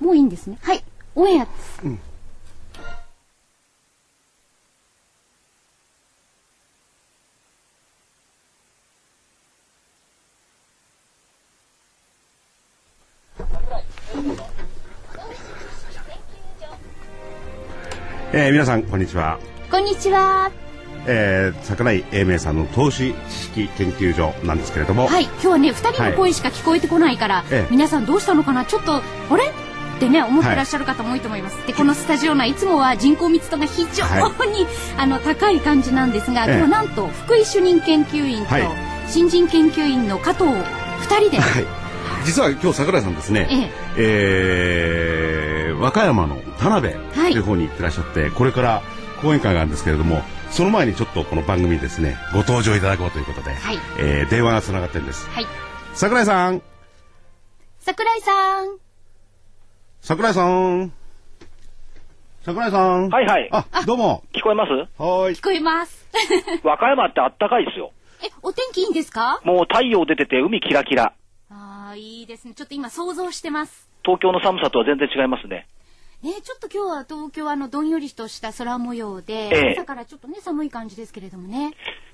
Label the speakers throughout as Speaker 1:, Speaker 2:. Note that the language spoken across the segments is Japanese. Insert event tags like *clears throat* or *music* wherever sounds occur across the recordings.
Speaker 1: もういいんですね。はい。オンエアです。
Speaker 2: えー皆さんこんにちは、
Speaker 1: こんにちは。
Speaker 2: えー桜井英明さんの投資知識研究所なんですけれども、
Speaker 1: はい。今日はね、二人の声しか聞こえてこないから、
Speaker 2: ええ
Speaker 1: 皆さんどうしたのかなちょっと、あれってね、思ってらっしゃる方も多いと思います。で、このスタジオ内、いつもは人口密度が非常に、
Speaker 2: は
Speaker 1: *laughs* あの、高い感じなんですが、
Speaker 2: ええ
Speaker 1: 今日なんと、福井主任研究員と
Speaker 2: はい、
Speaker 1: 新人研究員の加藤、二人で、
Speaker 2: はい実は今日桜井さんですね、えー和歌山の田辺と
Speaker 1: はい
Speaker 2: いう方に行ってらっしゃって、これから講演会があるんですけれどもその前にちょっとこの番組にですねご登場いただこうということで、
Speaker 1: はい
Speaker 2: えー電話がつながってるんです
Speaker 1: はい。
Speaker 2: 桜井さん
Speaker 1: 桜井さん。
Speaker 2: 桜井さん桜井さん
Speaker 3: はいはい
Speaker 2: あどうも
Speaker 3: 聞こえます
Speaker 2: はーい
Speaker 1: 聞こえます。
Speaker 3: 和歌山ってあったかいですよ。
Speaker 1: え、お天気いいんですか
Speaker 3: もう太陽出てて海キラキラ。
Speaker 1: ああ、いいですね。ちょっと今想像してます。
Speaker 3: 東京の寒さとは全然違いますね。
Speaker 1: ね、ちょっと今日は東京はあのどんよりとした空模様で、
Speaker 3: ええ
Speaker 1: 朝からちょっとね寒い感じですけれどもね。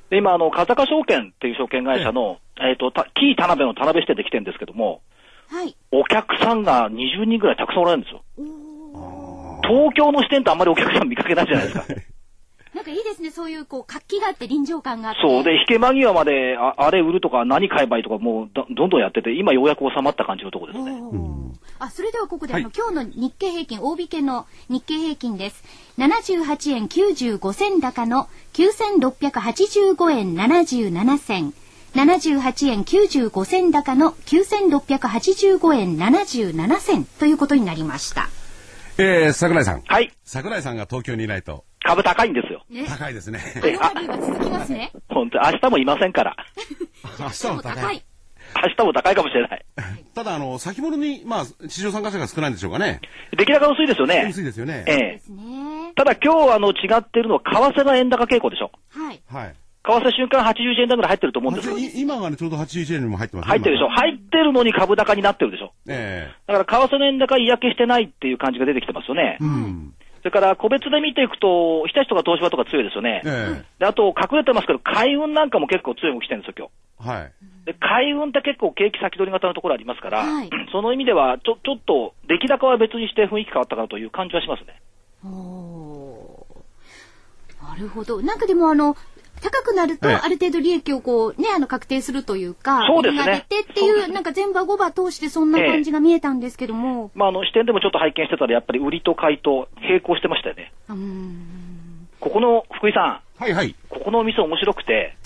Speaker 3: で、今、あの、風賀証券っていう証券会社の、えっ、と、たキー田辺の田辺支店で来てるんですけども、
Speaker 1: はい。
Speaker 3: お客さんが20人ぐらいたくさんおられるんですよ。東京の支店ってあんまりお客さん見かけないじゃない *laughs* ですか。
Speaker 1: なんかいいですね。そういうこう活気があって臨場感があって。
Speaker 3: そう。で、引け間際まで、ああれ売るとか何買えばいいとか、もうどどんどんやってて、今ようやく収まった感じのところで
Speaker 1: お
Speaker 3: す
Speaker 1: ー
Speaker 3: ね。
Speaker 1: あ、それではここで、
Speaker 2: はい
Speaker 1: あの今日の日経平均、大引けの日経平均です。78円95銭高の9685円77銭。78円95銭高の9685円77銭ということになりました。
Speaker 2: えー桜井さん
Speaker 3: はい。
Speaker 2: 桜井さんが東京にいないと
Speaker 3: 株高いんですよ。
Speaker 1: ね。
Speaker 2: 高いですね
Speaker 1: アノマリーが続きますね。
Speaker 3: 本当明日もいませんから。
Speaker 2: 明日も高い。
Speaker 3: 明日も高いかもしれない。
Speaker 2: ただあの先物にまあ市場参加者が少ないんでしょうかね
Speaker 3: 出来高薄いですよね
Speaker 2: 薄。いですよね
Speaker 3: え
Speaker 1: で
Speaker 3: え。
Speaker 1: すね。
Speaker 3: ただ今日あの違ってるのは、為替が円高傾向でしょ。
Speaker 1: はい。
Speaker 2: はい
Speaker 3: 為替瞬間80円台ぐらい入ってると思うんですよ。
Speaker 2: い今がねちょうど81円にも入ってますね
Speaker 3: 入ってるでしょ。
Speaker 2: 今
Speaker 3: 入ってるのに株高になってるでしょ。
Speaker 2: え
Speaker 3: だから為替の円高嫌気してないっていう感じが出てきてますよね
Speaker 2: え。うん
Speaker 3: それから個別で見ていくと、日立とか東芝とか強いですよね。
Speaker 2: え
Speaker 3: で、あと隠れてますけど、海運なんかも結構強いも来てるんですよ、
Speaker 2: えはい
Speaker 3: 今日。で、海運って結構景気先取り型のところありますから、
Speaker 1: はい
Speaker 3: *clears throat* その意味では、ちょ、ちょっと出来高は別にして雰囲気変わったかなという感じはしますね。
Speaker 1: おーなるほど。なんかでもあの、高くなると、
Speaker 2: ええ
Speaker 1: ある程度利益をこう、ね、あの、確定するというか、
Speaker 3: そうですね
Speaker 1: 利益が出てってい
Speaker 3: そうで
Speaker 1: う、
Speaker 3: す
Speaker 1: なんか全場5場通してそんな感じが見えたんですけども、
Speaker 3: まあ、あの、視点でもちょっと拝見してたら、やっぱり売りと買いと並行してましたよね。
Speaker 1: うーん。
Speaker 3: ここの、福井さん、
Speaker 2: はいはい
Speaker 3: ここのお店面白くて、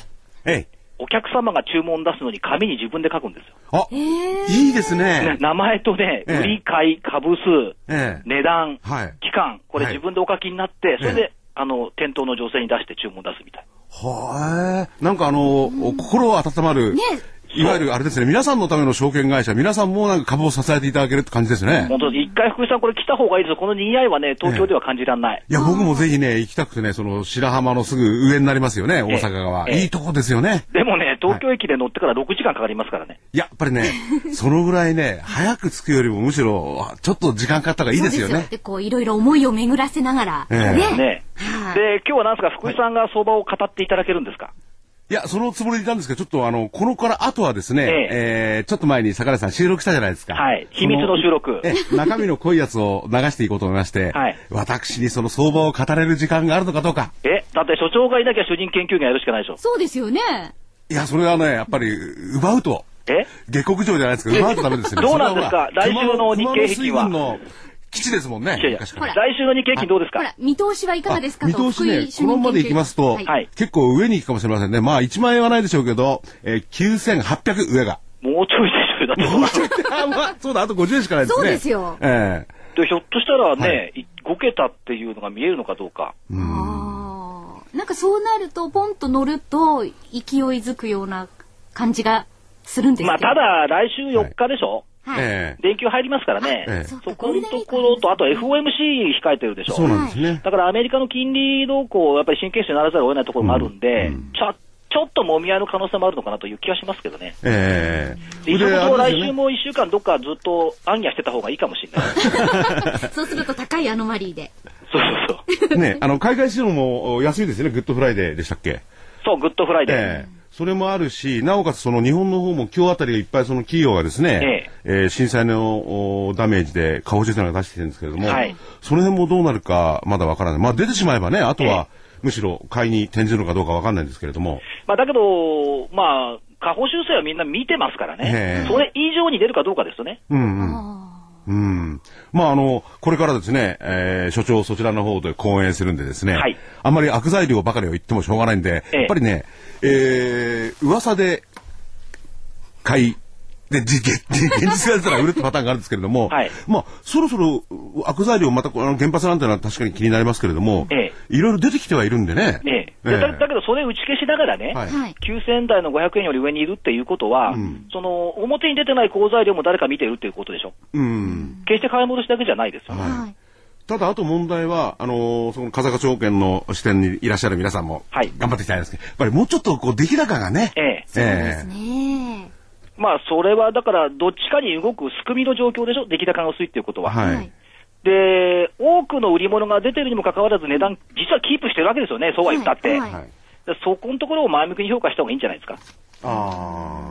Speaker 2: ええ
Speaker 3: お客様が注文出すのに紙に自分で書くんですよ。
Speaker 2: あ
Speaker 1: ええ
Speaker 2: いいです
Speaker 3: ね
Speaker 2: ね
Speaker 3: 名前とね、
Speaker 2: ええ
Speaker 3: 売り買い、株数、
Speaker 2: ええ
Speaker 3: 値段、
Speaker 2: はい
Speaker 3: 期間、これ
Speaker 2: はい
Speaker 3: 自分でお書きになって、それ
Speaker 2: え
Speaker 3: で、あの、店頭の女性に出して注文出すみたい。
Speaker 2: はえなんかあの心温まる
Speaker 1: ね
Speaker 2: いわゆるあれですね皆さんのための証券会社皆さんもなんか株を支えていただけるって感じですね
Speaker 3: 本当に一回福井さんこれ来た方がいいですよ。この賑わいはね、東京では感じらんない。
Speaker 2: いや僕もぜひね行きたくてねその白浜のすぐ上になりますよね大阪側
Speaker 3: ええ
Speaker 2: いいとこですよね
Speaker 3: でもね、東京駅で乗ってから6時間かかりますからね。
Speaker 2: いや、やっぱり
Speaker 3: *laughs*
Speaker 2: ね、そのぐらいね、早く着くよりもむしろ、ちょっと時間かかった方がいいですよ
Speaker 1: そう
Speaker 2: ね。
Speaker 1: で、こう、いろいろ思いを巡らせながら、
Speaker 2: ええ
Speaker 1: ね。
Speaker 3: ね。
Speaker 1: はい。
Speaker 3: で、今日はなんですか、福井さんが相場を語っていただけるんですか
Speaker 2: いや、そのつもりでいたんですけど、ちょっとあの、このから後はですね、え
Speaker 3: え
Speaker 2: ーちょっと前に桜井さん収録したじゃないですか。
Speaker 3: はい秘密の収録
Speaker 2: そのえ、中身の濃いやつを流していこうと思いまして、
Speaker 3: はい
Speaker 2: 私にその相場を語れる時間があるのかどうか。
Speaker 3: え、だって所長がいなきゃ主任研究員がやるしかないでしょ。
Speaker 1: そうですよね。
Speaker 2: いや、それはね、やっぱり、奪うと、
Speaker 3: え
Speaker 2: 下克上じゃないですけど、奪うとダメですよね。
Speaker 3: どうなんですか
Speaker 2: それはほら
Speaker 3: 来週の日経平均は
Speaker 2: 熊野水軍の基地ですもんね、
Speaker 3: いやいや、来
Speaker 2: 昔から。
Speaker 3: 週の日経平均どうです
Speaker 1: ほ、
Speaker 3: から
Speaker 1: 見通しはいかがですかと。
Speaker 2: あ見通し
Speaker 1: 福
Speaker 2: ね
Speaker 1: 井、主
Speaker 2: この
Speaker 1: 任
Speaker 2: ままで
Speaker 1: 研究
Speaker 2: いきますと、
Speaker 1: はい
Speaker 3: はい
Speaker 2: 結構上に行くかもしれませんね。まあ、1万円はないでしょうけど、えー、9800上が。
Speaker 3: もうちょいでしょ、だって。
Speaker 2: あ *laughs* まあ、そうだ、あと50円しかないです
Speaker 1: そ
Speaker 2: ね。
Speaker 1: うですよ
Speaker 2: ええ
Speaker 3: で、ひょっとしたらね、、
Speaker 2: はい
Speaker 3: 5桁っていうのが見えるのかどうか。
Speaker 1: あーなんかそうなるとポンと乗ると勢いづくような感じがするんですけど。
Speaker 3: まあ、ただ、来週4日でし
Speaker 1: は
Speaker 3: ょ、
Speaker 1: い
Speaker 2: ええ
Speaker 3: 連休入りますからね。
Speaker 2: ええ
Speaker 1: そうか
Speaker 3: そこのところと、あと FOMC 控えてるでしょ
Speaker 2: そうなんですね。
Speaker 3: だからアメリカの金利動向、やっぱり神経質にならざるを得ないところもあるんで、チャッちょっともみ合いの可能性もあるのかなという気がしますけどね。
Speaker 2: ええ
Speaker 3: で、一応ここ
Speaker 2: あれです
Speaker 3: 来週
Speaker 2: よね
Speaker 3: も一週間どっかずっと暗夜してた方がいいかもしれない。
Speaker 2: *laughs*
Speaker 3: そう
Speaker 1: そうすると高いアノマリーで。
Speaker 3: そうそう。
Speaker 2: ね、あの、海外市場もお安いですよね、グッドフライデーでしたっけ。
Speaker 3: そう、グッドフライデー。
Speaker 2: ええそれもあるし、なおかつその日本の方も今日あたりいっぱいその企業がですね、えー震災のおダメージで下方修正なんか出してきてるんですけれども、
Speaker 3: はい
Speaker 2: その辺もどうなるかまだわからない。まあ出てしまえばね、あとはむしろ買いに転じるのかどうかわかんないんですけれども、
Speaker 3: まあ、だけど、まあ、下方修正はみんな見てますから
Speaker 2: え
Speaker 3: ね
Speaker 2: え。
Speaker 3: それ以上に出るかどうかですよね。
Speaker 2: うん。まああの、これからですね、えー所長そちらの方で講演するんでですね、
Speaker 3: はい
Speaker 2: あんまり悪材料ばかりを言ってもしょうがないんで、
Speaker 3: ええ
Speaker 2: やっぱりね、えー、噂で買い、で、じ現 *laughs* 現実だったら売るってパターンがあるんですけれども、
Speaker 3: はい
Speaker 2: まあ、そろそろう悪材料またこの原発なんてのは確かに気になりますけれども、
Speaker 3: え
Speaker 2: いろいろ出てきてはいるんでね。
Speaker 3: ねえ
Speaker 2: ええ
Speaker 3: でだだけど、それ打ち消しながらね、
Speaker 2: はい
Speaker 1: はい。
Speaker 3: 9000台の500円より上にいるっていうことは、その表に出てない好材料も誰か見てるっていうことでしょ、
Speaker 2: うん。
Speaker 3: 決して買い戻しだけじゃないですよ、
Speaker 2: はい
Speaker 1: はい。
Speaker 2: ただ、あと問題は、あのーその風賀証券の支店にいらっしゃる皆さんも、
Speaker 3: はい
Speaker 2: 頑張っていきたいんですけど、やっぱりもうちょっとこう出来高がね、
Speaker 3: ええ
Speaker 1: そうですね。
Speaker 3: まあそれはだから、どっちかに動く仕組みの状況でしょ、出来高が薄いっていうことは。
Speaker 2: はい、
Speaker 1: はい
Speaker 3: で、多くの売り物が出てるにもかかわらず、値段、実はキープしてるわけですよね、そうは言ったって、
Speaker 1: はい
Speaker 2: はい
Speaker 3: でそこのところを前向きに評価した方がいいんじゃないですか。
Speaker 2: あ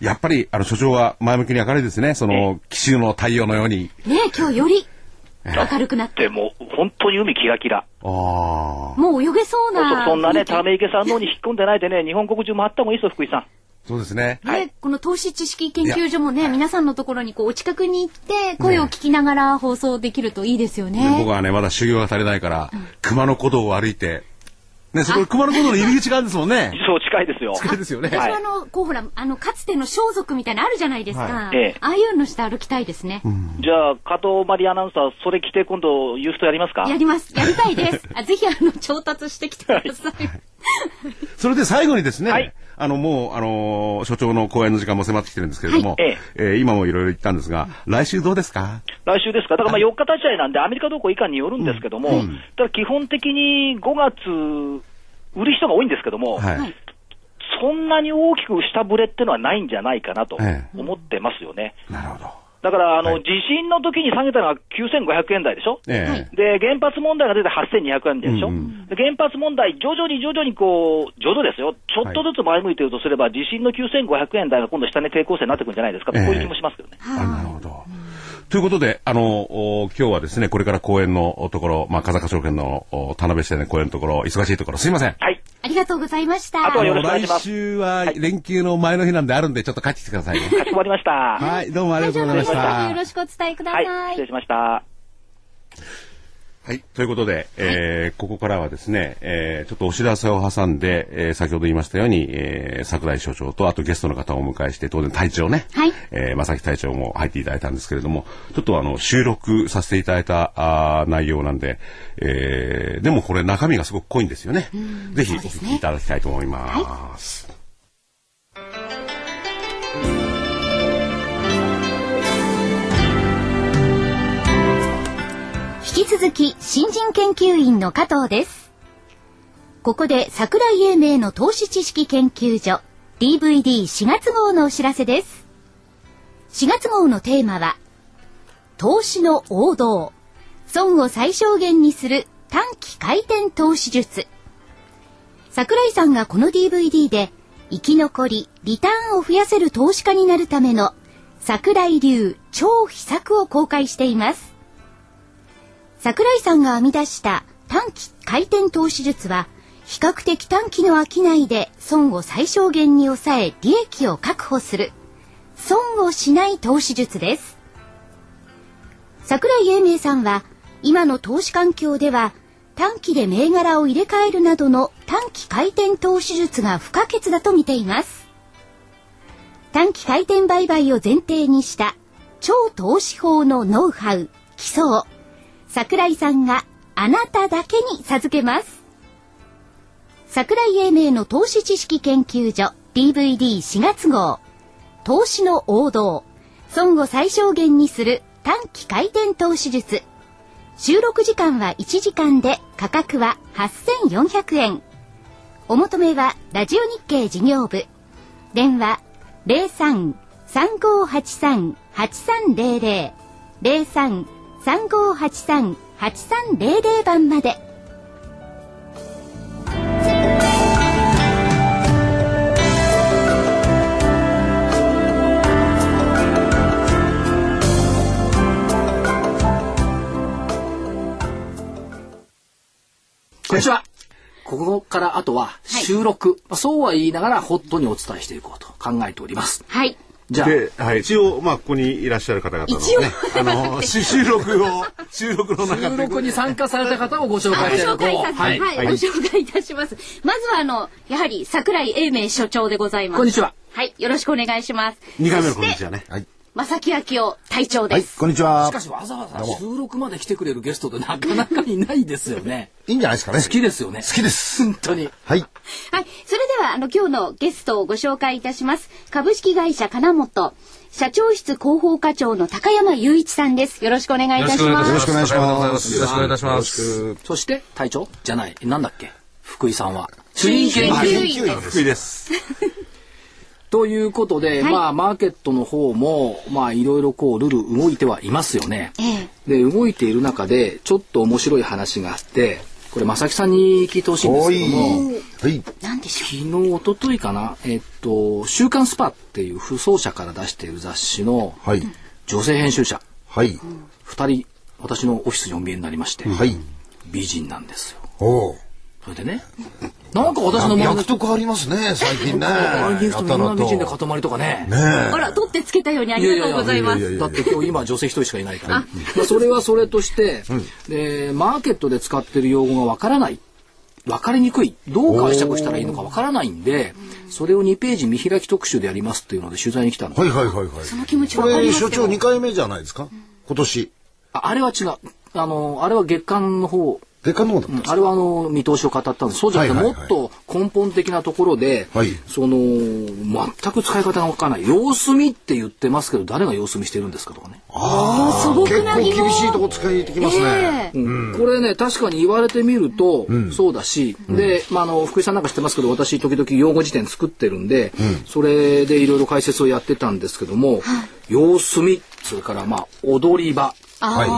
Speaker 2: ーやっぱり、あの、所長は前向きに明るいですね。その、奇襲の太陽のように。
Speaker 1: ねえ、今日より明るくなって。
Speaker 3: でもう本当に海キラキラ、
Speaker 2: ああ。
Speaker 1: もう泳げそう
Speaker 3: そ
Speaker 1: な。
Speaker 3: そんなね、た
Speaker 1: た
Speaker 3: め池さんの方に引っ込んでないで *laughs* ね、日本国中回った方がいいですよ、福井さん。
Speaker 2: *laughs* そうですね。
Speaker 1: ね、
Speaker 3: はい
Speaker 1: この投資知識研究所もね、皆さんのところにこう、お近くに行って、声を聞きながら放送できるといいですよ
Speaker 2: で
Speaker 1: ね。
Speaker 2: 僕はね、まだ修行が足りないから、熊野古道を歩いて、ね、そこ、熊野古道の入り口があるんですもんね。
Speaker 3: そう、近いですよ。
Speaker 2: 近いですよね。
Speaker 1: 私
Speaker 3: *laughs* はい
Speaker 1: はあの、こうほら、あの、かつての装束みたいなのあるじゃないですか。
Speaker 2: はい
Speaker 3: ええ
Speaker 1: ああいうのして歩きたいですね。
Speaker 3: じゃあ、加藤マリアナウンサー、それ着て今度、ユーストやりますか
Speaker 1: やります。やりたいです。あぜひ、あの、調達してきてください。
Speaker 2: それで最後にですね、
Speaker 3: はい
Speaker 2: あの、もう、あのー所長の講演の時間も迫ってきてるんですけれども、
Speaker 3: はいえ
Speaker 2: えー今もいろいろ言ったんですが、来週どうですか
Speaker 3: 来週ですか、だからまあ4日立ち会いなんで、アメリカどうこういかんによるんですけども、ただ基本的に5月、売る人が多いんですけども、
Speaker 2: はい。
Speaker 1: はい
Speaker 3: そんなに大きく下振れってのはないんじゃないかなと
Speaker 2: ええ
Speaker 3: 思ってますよね。
Speaker 2: なるほど。
Speaker 3: だからあの、
Speaker 2: はい
Speaker 3: 地震の時に下げたのが9500円台でしょ、
Speaker 2: ええ
Speaker 1: はい
Speaker 3: で原発問題が出て8200円台でしょ、
Speaker 2: うんう
Speaker 3: で原発問題、徐々に徐々にこう、徐々ですよ、ちょっとずつ前向いてるとすれば、地震の9500円台が今度、下値抵抗戦になってくるんじゃないですかと、
Speaker 2: ええ
Speaker 3: こういう気もしますけどね。
Speaker 2: あなるほど。ということで、あの、お今日はですね、これから公演のところ、まあ、風賀証券のお田辺支店の公演のところ、忙しいところ、すいません。
Speaker 3: はい、
Speaker 1: ありがとうございました。
Speaker 3: あとはよろしくお願い
Speaker 2: 来
Speaker 3: します
Speaker 2: 週は連休の前の日なんであるんで、ちょっと帰ってきてくださいね。
Speaker 3: かしこまりました。は
Speaker 2: はい、どうもありがとうございまし
Speaker 1: 会場の皆さん
Speaker 2: た
Speaker 1: よ。ろしくお伝えくださ
Speaker 3: い
Speaker 1: い。、
Speaker 3: 失礼しました。
Speaker 2: はい。ということで、えーここからはですね、えーちょっとお知らせを挟んで、えー先ほど言いましたように、えー桜井所長と、あとゲストの方をお迎えして、当然隊長ね、
Speaker 1: はい
Speaker 2: えー正木隊長も入っていただいたんですけれども、ちょっとあの、収録させていただいた、あー内容なんで、えーでもこれ中身がすごく濃いんですよね。ぜひ、お
Speaker 1: そうです
Speaker 2: 聞
Speaker 1: ね
Speaker 2: きいただきたいと思います。
Speaker 1: 引き続き新人研究員の加藤です。ここで桜井英明の投資知識研究所 DVD4 月号のお知らせです。4月号のテーマは投資の王道損を最小限にする短期回転投資術桜井さんがこの DVD で生き残りリターンを増やせる投資家になるための桜井流超秘策を公開しています桜井さんが編み出した短期回転投資術は比較的短期の商いで損を最小限に抑え利益を確保する損をしない投資術です桜井英明さんは今の投資環境では短期で銘柄を入れ替えるなどの短期回転投資術が不可欠だと見ています短期回転売買を前提にした超投資法のノウハウ基礎を桜井さんがあなただけに授けます桜井英明の投資知識研究所 DVD4 月号投資の王道損を最小限にする短期回転投資術収録時間は1時間で価格は8400円お求めはラジオ日経事業部電話03-3583-8300 03-3583-8300番まで
Speaker 4: こんにちは。ここからあとは収録、まあそうは言いながらホットにお伝えしていこうと考えております。
Speaker 1: はい
Speaker 4: じゃあ、
Speaker 2: で、はい、一応、まあ、ここにいらっしゃる方々の
Speaker 1: 一応
Speaker 2: ね、あ
Speaker 1: *laughs*
Speaker 2: の、し収録を、収録の中
Speaker 4: 収録
Speaker 2: で、
Speaker 4: に参加された方をご紹
Speaker 1: ご
Speaker 4: 介いただ
Speaker 1: 紹
Speaker 4: こ
Speaker 1: 介さ
Speaker 4: う。
Speaker 1: せて、
Speaker 4: は。
Speaker 1: はいい、
Speaker 4: こ
Speaker 1: ご紹介いたします。まずは、あの、やはり、桜井英明所長でございます。
Speaker 4: んにちは。
Speaker 1: はい、よろしくお願いします。
Speaker 2: 2回目の
Speaker 1: そ
Speaker 2: こん
Speaker 1: し
Speaker 2: に
Speaker 1: て
Speaker 2: ちはね。
Speaker 5: はい。
Speaker 1: 正木昭夫隊長
Speaker 5: は
Speaker 1: で
Speaker 5: い、
Speaker 1: す。
Speaker 5: こんにちは
Speaker 4: しか。しわざわざ
Speaker 5: どうも
Speaker 4: 収録まで来てくれるゲストってなかなかいないですよね。
Speaker 5: いいんじゃないですかね。
Speaker 4: 好きですよね。
Speaker 5: 好きです。
Speaker 4: 本当に。
Speaker 5: はい。
Speaker 1: はい、それでは、あの、今日のゲストをご紹介いたします。株式会社金本、社長室広報課長の高山雄一さんです。よろしくお願いいたしま
Speaker 5: よろし
Speaker 1: す。
Speaker 5: くお願いします
Speaker 6: よろしくお願いいたします。
Speaker 4: そして、隊長じゃない。なんだっけ福井さんは。主
Speaker 1: 任
Speaker 4: 任
Speaker 1: 研
Speaker 4: 研
Speaker 1: 究
Speaker 4: 究
Speaker 1: 員
Speaker 4: 員。
Speaker 2: 福井です。
Speaker 4: ということで、
Speaker 1: はい
Speaker 4: まあ、マーケットの方も、まあ、いろいろこう、ルール動いてはいますよね。
Speaker 1: え
Speaker 4: で、動いている中で、ちょっと面白い話があって、これ、正木さんに聞いてほしいんです
Speaker 5: お
Speaker 4: け
Speaker 5: い。
Speaker 4: ども、
Speaker 5: はい。
Speaker 1: え、なんでしょ
Speaker 4: 昨日、一昨日かな、えっと、週刊スパっていう不走者から出している雑誌の
Speaker 5: はい。
Speaker 4: 女性編集者、
Speaker 5: はい。
Speaker 4: 二人、私のオフィスにお見えになりまして、
Speaker 5: はい。
Speaker 4: 美人なんですよ。
Speaker 5: おお。
Speaker 4: それでね、なんか私の周りの
Speaker 5: 役
Speaker 4: 人、
Speaker 5: 得ありますね、最近ね。
Speaker 4: ああいう人みんな美人で
Speaker 5: ね
Speaker 4: 塊とかね。
Speaker 1: う。あら、取ってつけたようにあ
Speaker 4: いや
Speaker 1: りがとうございます。
Speaker 4: だって今日今女性一人しかいないから。まあそれはそれとして、で、マーケットで使ってる用語がわからない。わかりにくい。どう解釈したらいいのかわからないんで、それを2ページ見開き特集でやりますっていうので取材に来たの。
Speaker 5: はいはいはいはい。
Speaker 1: その気持ち
Speaker 5: こ
Speaker 1: わかり
Speaker 5: れ、
Speaker 1: ますよ
Speaker 5: 所長2回目じゃないですか今年。
Speaker 4: ああれは違う。あの、あれは月間の方、
Speaker 5: でかの方だったんです
Speaker 4: あれはあの見通しを語ったんです。そうじゃなくて、
Speaker 5: はい
Speaker 4: も
Speaker 5: はいはい
Speaker 4: っと根本的なところで、
Speaker 5: はい
Speaker 4: その、全く使い方がわからない。様子見って言ってますけど、誰が様子見してるんですかとかね。
Speaker 1: 素朴
Speaker 5: 結
Speaker 1: な
Speaker 5: 構
Speaker 1: 疑問。
Speaker 5: 厳しいとこ使いに行ってきますね。
Speaker 1: ええ
Speaker 4: これね確かに言われてみると、そうだし、で、まあ、あの福井さんなんか知ってますけど私時々用語辞典作ってるんで、それでいろいろ解説をやってたんですけども、様子見それからまあ踊り場
Speaker 1: あー
Speaker 5: はい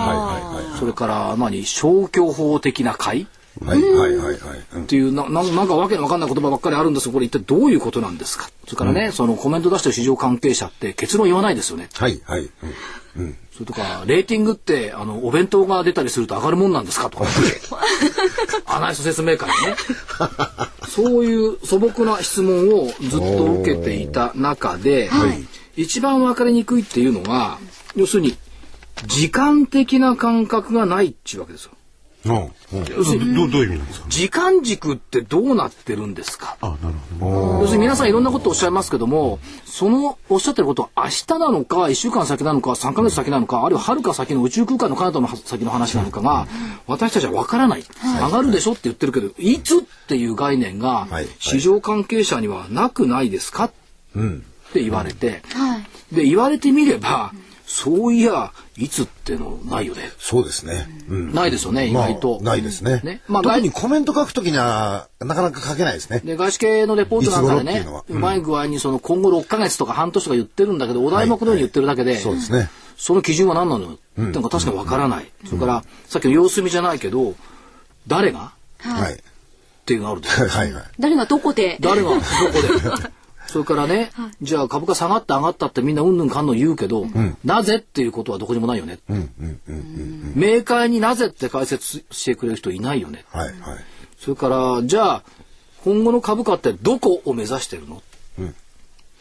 Speaker 5: は
Speaker 4: それから何消去法的な会
Speaker 5: いはいはい。はいはいはいはい。うん
Speaker 4: っていうなななんかわけのわかんない言葉ばっかりあるんですがこれ一体どういうことなんですかそれからね、そのコメント出してる市場関係者って結論言わないですよね
Speaker 5: はいはい。うん
Speaker 4: それとか、レーティングって、あの、お弁当が出たりすると上がるもんなんです
Speaker 2: *laughs*
Speaker 4: かとか。アナリスト説明会ね。そういう素朴な質問をずっと受けていた中で、一番分かりにくいっていうのが、要するに、時間的な感覚がないっていうわけですよ。
Speaker 2: うん。
Speaker 4: 要するに、
Speaker 2: どう、どういう意味なんですか
Speaker 4: 時間軸ってどうなってるんですか
Speaker 2: あ、なる
Speaker 4: 要するに皆さんいろんなことをおっしゃいますけども、そのおっしゃってることは明日なのか、1週間先なのか、3ヶ月先なのか、あるいは遥か先の宇宙空間の彼方の先の話なのかが、私たちは分からない。上がるでしょって言ってるけど、いつっていう概念が
Speaker 5: はい、
Speaker 4: 市場関係者にはなくないですかって言われて、
Speaker 1: はい。
Speaker 4: で、言われてみれば、そういや、いつってのないよね。
Speaker 5: そうですね。うん。
Speaker 4: ないですよね、意
Speaker 5: まあ
Speaker 4: 外と。
Speaker 5: ないですね
Speaker 4: ね。まあ
Speaker 5: 特にコメント書くときには、なかなか書けないですね。
Speaker 4: で外資系のレポートなんかで
Speaker 5: いつ頃ってい
Speaker 4: ね
Speaker 5: うのは
Speaker 4: う
Speaker 5: うん
Speaker 4: まい具合にその今後6ヶ月とか半年とか言ってるんだけどお題目のように言ってるだけで,、
Speaker 5: そうですね。
Speaker 4: その基準は何なのよってのが確かにわからない、それからさっきの様子見じゃないけど誰が
Speaker 5: はい。
Speaker 4: っていうのがあるでしょ
Speaker 5: はいはいはい。
Speaker 1: 誰がどこで
Speaker 4: 誰がどこ
Speaker 5: *laughs*
Speaker 4: でそれからね、じゃあ株価下がって上がったってみんなうんぬんかんの言うけど、なぜっていうことはどこにもないよね、明快になぜって解説してくれる人いないよね
Speaker 5: はいはい。
Speaker 4: それから、じゃあ、今後の株価ってどこを目指してるの、っ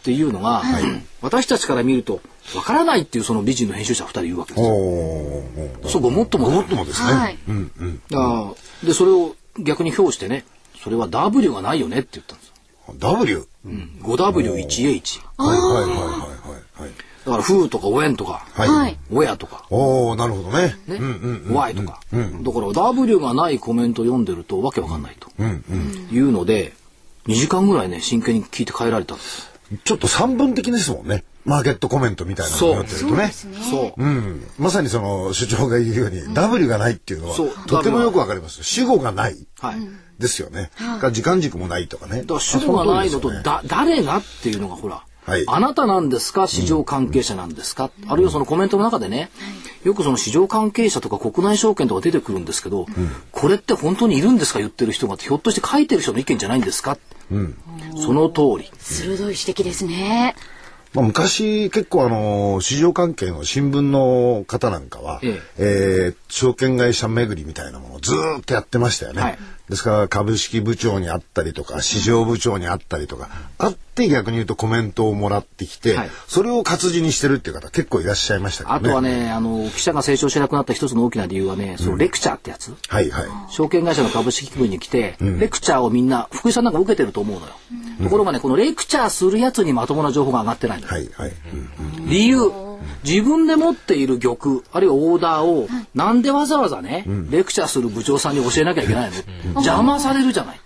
Speaker 4: ていうのが、 *clears throat* 私たちから見ると、わからないっていうその美人の編集者2人言うわけですよ。
Speaker 5: おー。
Speaker 4: そう、ごもっともだ。
Speaker 5: もです
Speaker 1: はい。
Speaker 4: だからで、それを逆に評してね、それは W がないよねって言ったんですよ。
Speaker 5: W。
Speaker 4: 5W1H。
Speaker 5: はいはいはいはいはい。
Speaker 4: だから、フーとかオエンとか、
Speaker 5: はい。
Speaker 1: はい。
Speaker 4: オヤとか、
Speaker 5: おー、なるほどね。
Speaker 4: ね、Y とか。だから、W がないコメント読んでるとわけわかんないと。
Speaker 5: うんうん。
Speaker 4: いうので、2時間ぐらいね、真剣に聞いて帰られたんです。
Speaker 5: ちょっと三分的ですもんね。マーケットコメントみたいなのになってるとね。
Speaker 4: そう。
Speaker 5: うん。まさにその主張が言うように、W がないっていうのは、
Speaker 4: そう
Speaker 5: とてもよくわかります。主語がない。
Speaker 4: はい。
Speaker 5: ですよね。か時間軸もないとかね。
Speaker 4: だから主語がないのと、
Speaker 5: あ
Speaker 4: だ、誰がっていうのがほら、
Speaker 5: はい
Speaker 4: あなたなんですか市場関係者なんですか、あるいはそのコメントの中でね、よくその市場関係者とか国内証券とか出てくるんですけど、これって本当にいるんですか言ってる人がひょっとして書いてる人の意見じゃないんですか、その通り。
Speaker 1: 鋭い指摘ですね。
Speaker 5: まあ、昔結構あの市場関係の新聞の方なんかは、
Speaker 4: え
Speaker 5: えー証券会社巡りみたいなものをずーっとやってましたよね、
Speaker 4: はい
Speaker 5: ですから株式部長に会ったりとか市場部長に会ったりとか会って逆に言うとコメントをもらってきて、
Speaker 4: はい
Speaker 5: それを活字にしてるっていう方結構いらっしゃいましたけど
Speaker 4: あ
Speaker 5: ね
Speaker 4: とはね、あの、記者が成長しなくなった一つの大きな理由はね、そのレクチャーってやつ。
Speaker 5: はいはい
Speaker 4: 証券会社の株式部に来て、レクチャーをみんな、福井さんなんか受けてると思うのよ。ところがね、このレクチャーするやつにまともな情報が上がってないの。
Speaker 5: はいはい、うん
Speaker 4: 理由自分で持っている玉あるいはオーダーをなんでわざわざね、レクチャーする部長さんに教えなきゃいけないの、邪魔されるじゃない、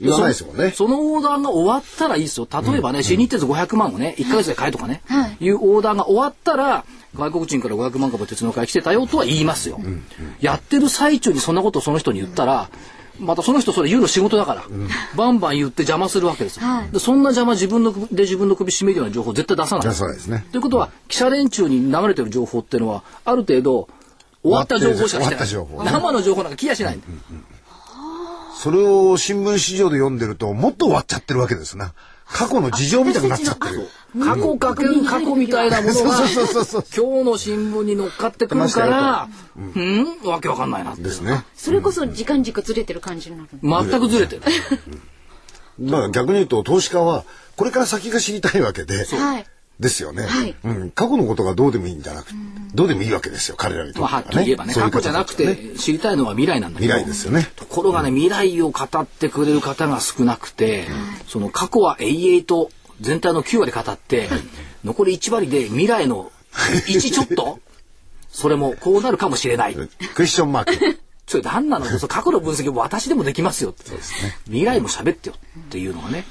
Speaker 5: 言わないですもんね
Speaker 4: そのオーダーが終わったらいいですよ例えばね、新日鉄500万をね1ヶ月で買えとかね、いうオーダーが終わったら外国人から500万株鉄の会来てたよとは言いますよ、やってる最中にそんなことをその人に言ったら、またその人それ言うの仕事だから、バンバン言って邪魔するわけですよ、でそんな邪魔自分の首で自分の首絞めるような情報絶対出さない
Speaker 5: 出さないですね
Speaker 4: ということは、記者連中に流れてる情報っていうのは、ある程度、終わった情報しか来てない。
Speaker 5: 終わった情報
Speaker 4: 生の情報なんか来やしない。
Speaker 5: それを新聞市場で読んでるともっと終わっちゃってるわけですな過去の事情みたいになっちゃってる
Speaker 4: 過去かける過去みたいなものが、
Speaker 5: そうそうそうそう
Speaker 4: 今日の新聞に乗っかってくるから、うん、わけわかんないなって。
Speaker 5: ですね
Speaker 6: それこそ時間軸ずれてる感じになる。
Speaker 4: 全くずれてる。
Speaker 5: まあ逆に言うと投資家はこれから先が知りたいわけで、
Speaker 6: はい。
Speaker 5: ですよね、
Speaker 6: はい
Speaker 5: うん。過去のことがどうでもいいんじゃなくどうでもいいわけですよ、彼らにと
Speaker 4: まあ、
Speaker 5: って
Speaker 4: は
Speaker 5: は
Speaker 4: っ
Speaker 5: ね。
Speaker 4: きり言えばね、
Speaker 5: そうい
Speaker 4: 過去
Speaker 5: う方
Speaker 4: じゃなく
Speaker 5: たちはね
Speaker 4: て知りたいのは未来なんだけ
Speaker 5: 未
Speaker 4: ど。
Speaker 5: 来ですよね。
Speaker 4: ところがね、未来を語ってくれる方が少なくて、その過去は永遠と全体の9割語って、残り1割で未来の1ちょっと、それもこうなるかもしれない。
Speaker 5: クエスチョ *laughs* ンマーク。
Speaker 4: それ何な *laughs* のその過去の分析を私でもできますよって。未来も喋ってよっていうのがね。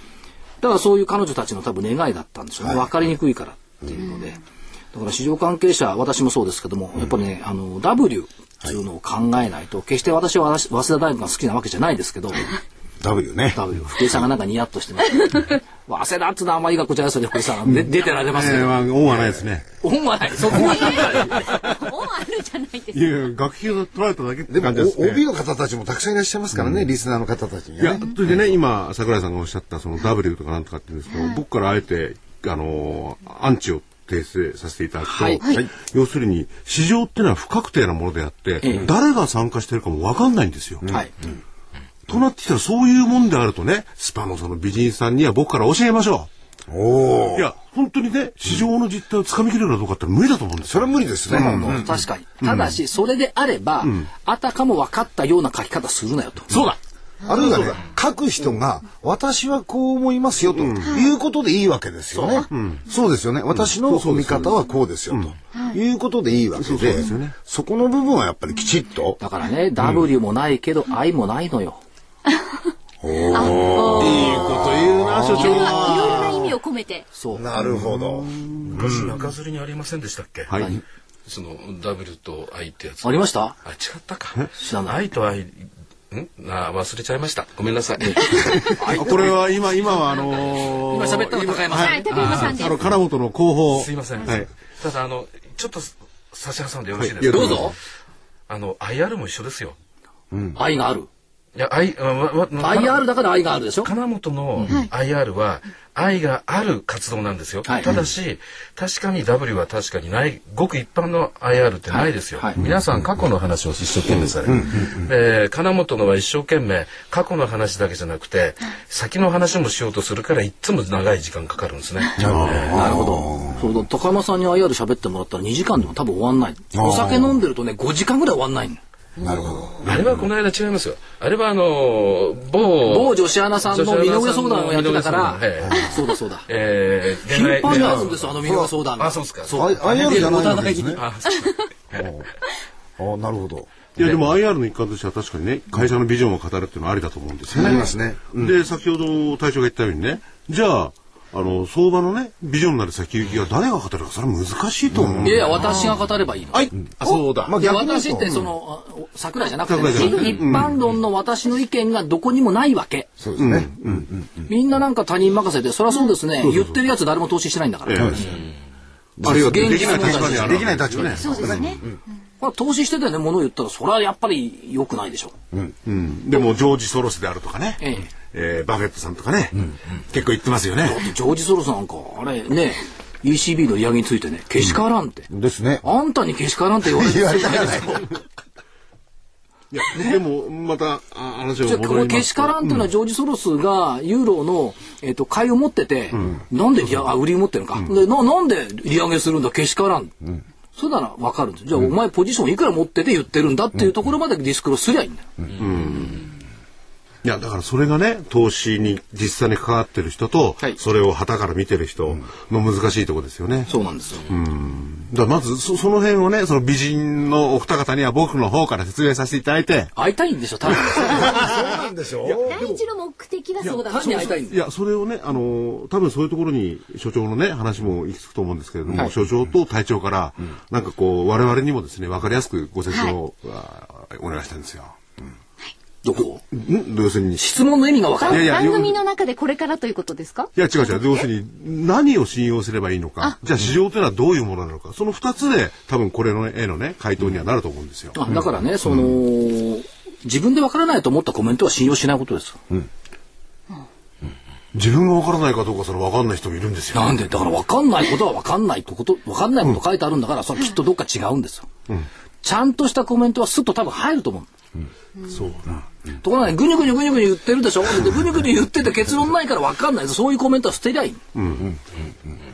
Speaker 4: だからそういう彼女たちの多分願いだったんでしょうね。分かりにくいからっていうので。だから市場関係者、私もそうですけども、やっぱりね、あの、W っていうのを考えないと、決して私は早稲田大学が好きなわけじゃないですけど、
Speaker 5: W ね。
Speaker 4: W、福井さんがなんかニヤッとしてますけど、早稲田って名前がこちらですよね、福井さん。で出てられますけ
Speaker 2: えー
Speaker 4: ど。
Speaker 2: まあ恩はないですね。
Speaker 4: 恩はない、そこはなんかね
Speaker 6: オンあるじゃないですか。
Speaker 2: いやいや、学費を取られただけっ
Speaker 5: で
Speaker 2: て
Speaker 5: も、
Speaker 2: 感じです
Speaker 5: お OB
Speaker 2: ね。
Speaker 5: の方たちもたくさんいらっしゃいますからね、リスナーの方たちに
Speaker 2: いや
Speaker 5: は、ね。
Speaker 2: それでね、今、桜井さんがおっしゃった、その W とかなんとかって言うんですけど、僕からあえて、あのー、アンチを訂正させていただくと、
Speaker 4: はい
Speaker 5: はい
Speaker 2: 要するに、市場ってのは不確定なものであって、
Speaker 4: ええ
Speaker 2: 誰が参加してるかもわかんないんですよ。
Speaker 4: はい。
Speaker 2: となってきたら、そういうもんであるとね、スパのその美人さんには僕から教えましょ
Speaker 5: お
Speaker 2: う。
Speaker 5: お
Speaker 2: い。や、本当にね、市場の実態をつかみきれるかどうかって無理だと思うんです
Speaker 5: そ
Speaker 2: よ。
Speaker 5: れは無理ですね。うん
Speaker 4: 確かに。ただし、それであれば、あたかも分かったような書き方するなよと。
Speaker 2: そうだ
Speaker 5: あるいはね、書く人が、私はこう思いますよ、ということでいいわけですよね。そうですよね。私の見方はこうですよ、ということでいいわけで、そこの部分はやっぱりきちっと、
Speaker 4: だからね、W もないけど、愛もないのよ。
Speaker 2: いいこと言うな、所長。
Speaker 6: いろいろな意味を込めて。
Speaker 4: そう。
Speaker 5: なるほど。
Speaker 7: 昔中吊りにありませんでしたっけ、
Speaker 2: はい。
Speaker 7: その W と I ってやつ
Speaker 4: ありました
Speaker 7: あ違ったか
Speaker 4: 知らない
Speaker 7: I と I んあ忘れちゃいましたごめんなさい *laughs*
Speaker 2: これは今、今はあのー、
Speaker 4: 今喋ったの高山さん
Speaker 6: はい、高山さんです
Speaker 2: あ。の、金本の広報。
Speaker 7: すいません、
Speaker 2: はい。
Speaker 7: ただあのちょっと差し挟んでよろしい
Speaker 2: は
Speaker 7: で
Speaker 2: いい
Speaker 7: す
Speaker 2: や
Speaker 7: か、
Speaker 2: どうぞ
Speaker 7: あの IR も一緒ですよ
Speaker 4: 愛がある。
Speaker 7: いや I あわわ
Speaker 4: IR だから愛があるでしょ
Speaker 7: 金本の IR は愛がある活動なんですよ、
Speaker 4: はい
Speaker 7: ただし確かに W は確かにないごく一般の IR ってないですよ、
Speaker 4: はいはい
Speaker 7: 皆さん過去の話を一生懸命される、で金本のは一生懸命過去の話だけじゃなくて先の話もしようとするからいっつも長い時間かかるんですね
Speaker 4: なるほど。そうだ、高山さんに IR 喋ってもらったら2時間でも多分終わんない。お酒飲んでるとね、5時間ぐらい終わんないの。
Speaker 5: なるほど。
Speaker 7: あれはこの間違いますよあれはあの某
Speaker 4: 某女子アナさんの身の上相談をやってたか
Speaker 7: 女子アナさんの身の上相
Speaker 4: ら
Speaker 7: 談はい、
Speaker 4: そうだそうだ。
Speaker 7: えー
Speaker 4: 頻繁にあるんで
Speaker 7: 恋愛
Speaker 4: すよ、あの身の上相談が。
Speaker 7: あそうですか
Speaker 4: そう。
Speaker 5: あ IR じゃないんです
Speaker 4: お互い
Speaker 5: ね
Speaker 4: に。
Speaker 7: あそう
Speaker 5: ああ、なるほど。
Speaker 2: いや、でも IR の一環としては確かにね、会社のビジョンを語るっていうのはありだと思うんですよ
Speaker 5: なり
Speaker 2: ね
Speaker 5: ま。すね。
Speaker 2: で、先ほど隊長が言ったようにね、じゃあ、
Speaker 8: あの、相場のね、ビジョンなる先行きが誰が語るか、それは難しいと思う。
Speaker 4: いやいや、私が語ればいいの。
Speaker 5: はい。
Speaker 9: あそうだ
Speaker 5: まあ
Speaker 4: いや、
Speaker 5: 逆に言うと
Speaker 4: 私って、その、あ桜井じゃなくて、
Speaker 8: 桜井じゃなくて
Speaker 4: 一般論の私の意見がどこにもないわけ。
Speaker 5: そうですね。
Speaker 4: みんななんか他人任せで、そりゃそうですね、言ってるやつ誰も投資してないんだから。
Speaker 8: ええ
Speaker 4: こ
Speaker 5: あるいは
Speaker 4: 現実
Speaker 5: できない立
Speaker 4: 問題
Speaker 5: 場に
Speaker 4: です
Speaker 5: は
Speaker 4: ね
Speaker 5: できない立場には
Speaker 10: そうですね。
Speaker 4: れは投資しててね、物を言ったら、それはやっぱり良くないでしょ。
Speaker 8: うんでも、ジョージ・ソロスであるとかね、
Speaker 4: ええ
Speaker 8: えーバフェットさんとかね、結構言ってますよね。
Speaker 4: ジョージ・ソロスなんか、あれね、ECB の利上げについてね、けしからんって。
Speaker 5: ですね。
Speaker 4: あんたにけしからんって言われて
Speaker 5: 言
Speaker 4: る
Speaker 5: われたくない。
Speaker 8: いや、でも、また、あ話
Speaker 4: じゃあこ
Speaker 8: を戻
Speaker 4: の
Speaker 8: り
Speaker 4: け
Speaker 8: ま
Speaker 4: し
Speaker 8: す
Speaker 4: からんっていうのはジョージ・ソロスがユーロの、えっと買いを持ってて、なんで利上げあ売りを持ってるのか、でななんで利上げするんだけしからん、それなら分かるんですじゃあお前ポジションいくら持ってて言ってるんだっていうところまでディスクロすりゃいいんだよ、
Speaker 8: いや、だからそれがね、投資に実際に関わってる人と、
Speaker 4: はい
Speaker 8: それを旗から見てる人の難しいところですよね。
Speaker 4: そうなんですよ、
Speaker 8: だからまずそ、その辺をね、その美人のお二方には僕の方から説明させていただいて、
Speaker 4: 会いたいんでしょ多分
Speaker 6: 第一の目的はそうだ
Speaker 4: 単に会いたいん
Speaker 8: い
Speaker 4: で
Speaker 8: や、それをね、あのー多分そういうところに所長のね、話も行き着くと思うんですけれども、所長と隊長から、なんかこう、我々にもですね、わかりやすくご説明を、あーお願いしたんですよ。
Speaker 4: どこ
Speaker 8: ん要するに、い
Speaker 4: 質問の意味が分か
Speaker 8: い
Speaker 4: る
Speaker 8: やいや
Speaker 6: 番組の中でこれからということですか
Speaker 8: や違う違う、要するに、何を信用すればいいのか、じゃあ市場というのはどういうものなのか、その二つで、多分これの絵のね、回答にはなると思うんですよ。
Speaker 4: あだからねその、自分で分からないと思ったコメントは信用しないことです、
Speaker 8: 自分がわからないかどうか、それわかんない人もいるんですよ。
Speaker 4: なんでだから分かんないことは分かんないってこと分かんないこと書いてあるんだから、それはきっとどっか違うんですよ、ちゃんとしたコメントはすっと多分入ると思う
Speaker 8: そうな。
Speaker 4: ところがねぐにゅぐにゅぐにゅぐにゅ言ってるでしょでぐにゅぐにゅ言ってて結論ないから分かんないそういうコメントは捨てりゃいい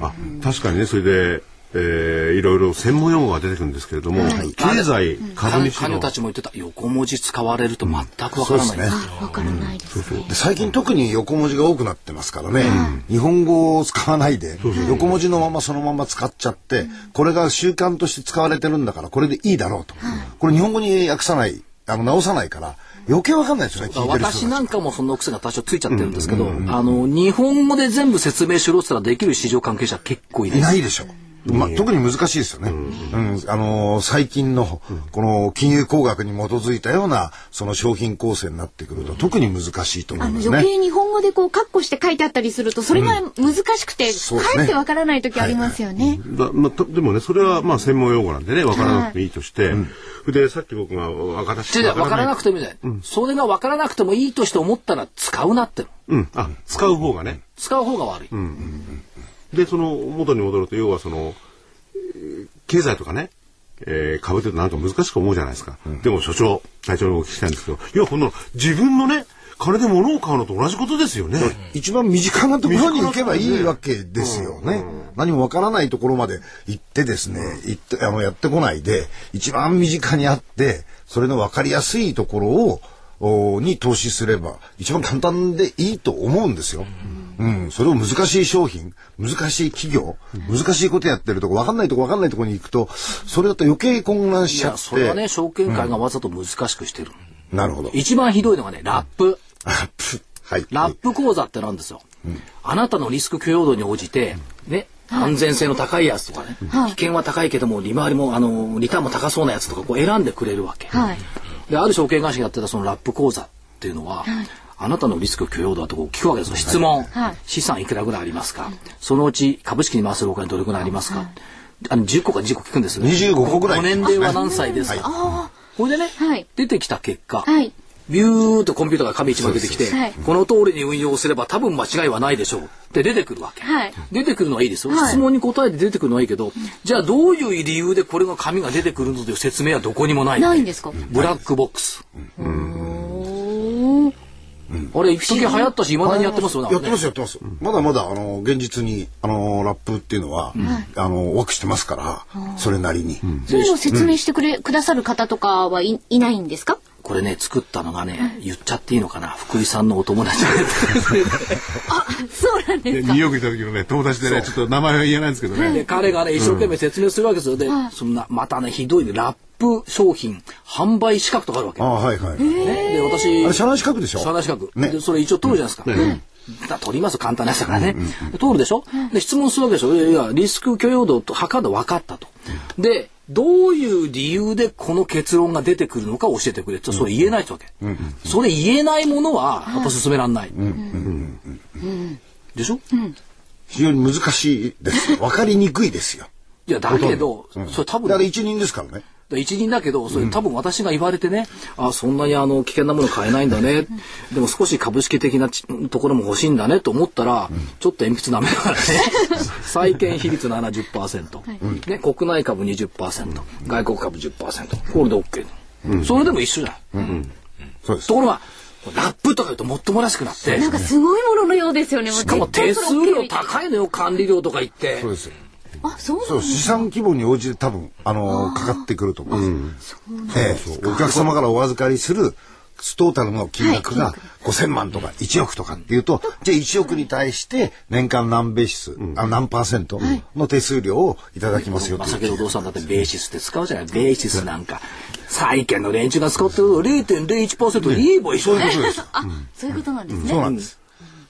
Speaker 8: あ確かにねそれで、えー、いろいろ専門用語が出てくるんですけれども、経済株
Speaker 4: 彼
Speaker 8: にし
Speaker 4: 彼女
Speaker 8: ろ
Speaker 4: たちも言ってた横文字使われると全く分からない、
Speaker 5: そうですね
Speaker 10: わからないですね。
Speaker 5: で最近特に横文字が多くなってますからね、日本語を使わないで横文字のままそのまま使っちゃって、これが習慣として使われてるんだからこれでいいだろうと、これ日本語に訳さないあの直さないから余計わかんないですよね聞いてる人たち
Speaker 4: 私なんかもその癖が多少ついちゃってるんですけど、あの日本語で全部説明しろって言ったらできる市場関係者結構いない
Speaker 5: いないでしょまあ、特に難しいですよね。うん、あのー最近の、この金融工学に基づいたような、その商品構成になってくると、特に難しいと思
Speaker 6: あ
Speaker 5: い
Speaker 6: の
Speaker 5: ます
Speaker 6: 余
Speaker 5: ね。
Speaker 6: 計に本語でこうカッコして書いてあったりするとそれが難しくて、
Speaker 5: そうですね
Speaker 6: かえってわからない時ありますよね。
Speaker 8: だまあたでもねそれはまあ専門用語なんでねわからなくていいとして、でさっき僕がわから
Speaker 4: 違う違う分からなくてもいいじゃない、
Speaker 8: うん
Speaker 4: それが分からなくてもいいとして思ったら使うなっての
Speaker 8: うんあ使う方がね
Speaker 4: 使う方が悪い、
Speaker 8: でその元に戻ると要はそのえー経済とかねえー、株ってなんか難しく思うじゃないですか、でも所長隊長にお聞きしたいんですけどいやこんなの自分のね金で物を買うのと同じことですよね、
Speaker 5: 一番身近なところに行けばいいわけですよね。何もわからないところまで行ってですね、行って、あの、やってこないで、一番身近にあって、それの分かりやすいところを、おに投資すれば、一番簡単でいいと思うんですよ。うん、それを難しい商品、難しい企業、難しいことやってるとこ、分かんないとこ分かんないとこに行くと、それだと余計混乱し
Speaker 4: い
Speaker 5: ちゃっ
Speaker 4: やそれはね
Speaker 5: て。
Speaker 4: 証券会がわざと難しくしてる、
Speaker 5: なるほど。
Speaker 4: 一番ひどいのがねラップ
Speaker 5: ラップ。 *laughs* はい。
Speaker 4: ラップ講座ってなんですよ、あなたのリスク許容度に応じてね安全性の高いやつとかね、危険は高いけども利回りもあのリターンも高そうなやつとかこう選んでくれるわけ、
Speaker 6: はい。
Speaker 4: である証券会社がやってたそのラップ講座っていうのは、あなたのリスク許容度はとこう聞くわけですよ質問、
Speaker 6: はい
Speaker 4: 資産いくらぐらいありますか、そのうち株式に回せるお金どれぐらいありますか、あの10個か10個聞くんですよ
Speaker 5: 25個ぐらい
Speaker 4: ご年齢は何歳ですか、これでね、
Speaker 6: はい
Speaker 4: 出てきた結果、
Speaker 6: はい
Speaker 4: ビューッとコンピューターが紙一枚出てきて、
Speaker 6: そうです
Speaker 4: この通りに運用すれば多分間違いはないでしょうって出てくるわけ、
Speaker 6: はい
Speaker 4: 出てくるのはいいですよ、質問に答えて出てくるのはいいけど、じゃあどういう理由でこれが紙が出てくるのという説明はどこにもない
Speaker 6: ないんですか。
Speaker 4: ブラックボックス。あれ、一時流行ったし、いまだにやってますよね。
Speaker 5: やってますやってます。まだまだあの現実にあのラップっていうのは、あの枠してますから、それなりに。
Speaker 6: そういうのを説明してくれ、くださる方とかはい、いないんですか
Speaker 4: これね、作ったのがね、言っちゃっていいのかな。福井さんのお友達がやっ
Speaker 6: *laughs*
Speaker 4: てる
Speaker 6: そうなん
Speaker 8: で
Speaker 6: で
Speaker 8: ニューヨークに行った時のね友達でねちょっと名前は言えないんですけどね、
Speaker 4: で彼がね、一生懸命説明するわけですよ。で、そんな、またね、ひどいラップ商品、販売資格とかあるわけ。
Speaker 5: あ
Speaker 4: ね
Speaker 5: はいはい。
Speaker 4: で、私、
Speaker 5: あれ社内資格でしょ
Speaker 4: 社内資格。
Speaker 5: ね
Speaker 4: で、それ一応取るじゃないですか。だ取ります簡単なやつだからね、で通るでしょで質問するわけでしょいやいやリスク許容度と測るの分かったと。でどういう理由でこの結論が出てくるのか教えてくれってそれ言えないってわけ、それ言えないものはやっぱ進めらんない、でしょ、
Speaker 5: 非常に難しいですよ。わかりにくいですよ。
Speaker 4: いやだけど、それ多分
Speaker 5: だから一人ですからね。
Speaker 4: だから一人だけど、それ多分私が言われてね、あそんなにあの危険なもの買えないんだね、でも少し株式的なちところも欲しいんだねと思ったら、ちょっと鉛筆舐めながらね、債券比率70%、ね、国内株20%、外国株10%、これで OK、それでも一緒じゃない。
Speaker 5: そうです
Speaker 4: と。ころが、ラップとか言うともっともらしくなって、
Speaker 6: なんかすごいもののようですよね。
Speaker 4: しかも手数料高いのよ、管理料とか言って
Speaker 5: そう。ですよ。
Speaker 6: あ、そう
Speaker 5: そう、資産規模に応じて多分、あのーかかってくると思います。ええお客様からお預かりする、トータルの金額が5000万とか1億とかっていうと、じゃあ1億に対して年間何ベーシス、あ何パーセントの手数料をいただきますよ
Speaker 4: ま
Speaker 5: と
Speaker 4: あ、
Speaker 5: いう
Speaker 4: 先ほどお父さんだってベーシスって使うじゃないベーシスなんか債券の連中が使ってるの0.01%言えばいいじゃ
Speaker 5: そういう
Speaker 4: な
Speaker 5: こ
Speaker 4: い
Speaker 5: と
Speaker 6: *laughs*
Speaker 5: です。
Speaker 6: そういうことなんですね。
Speaker 5: そうなんです。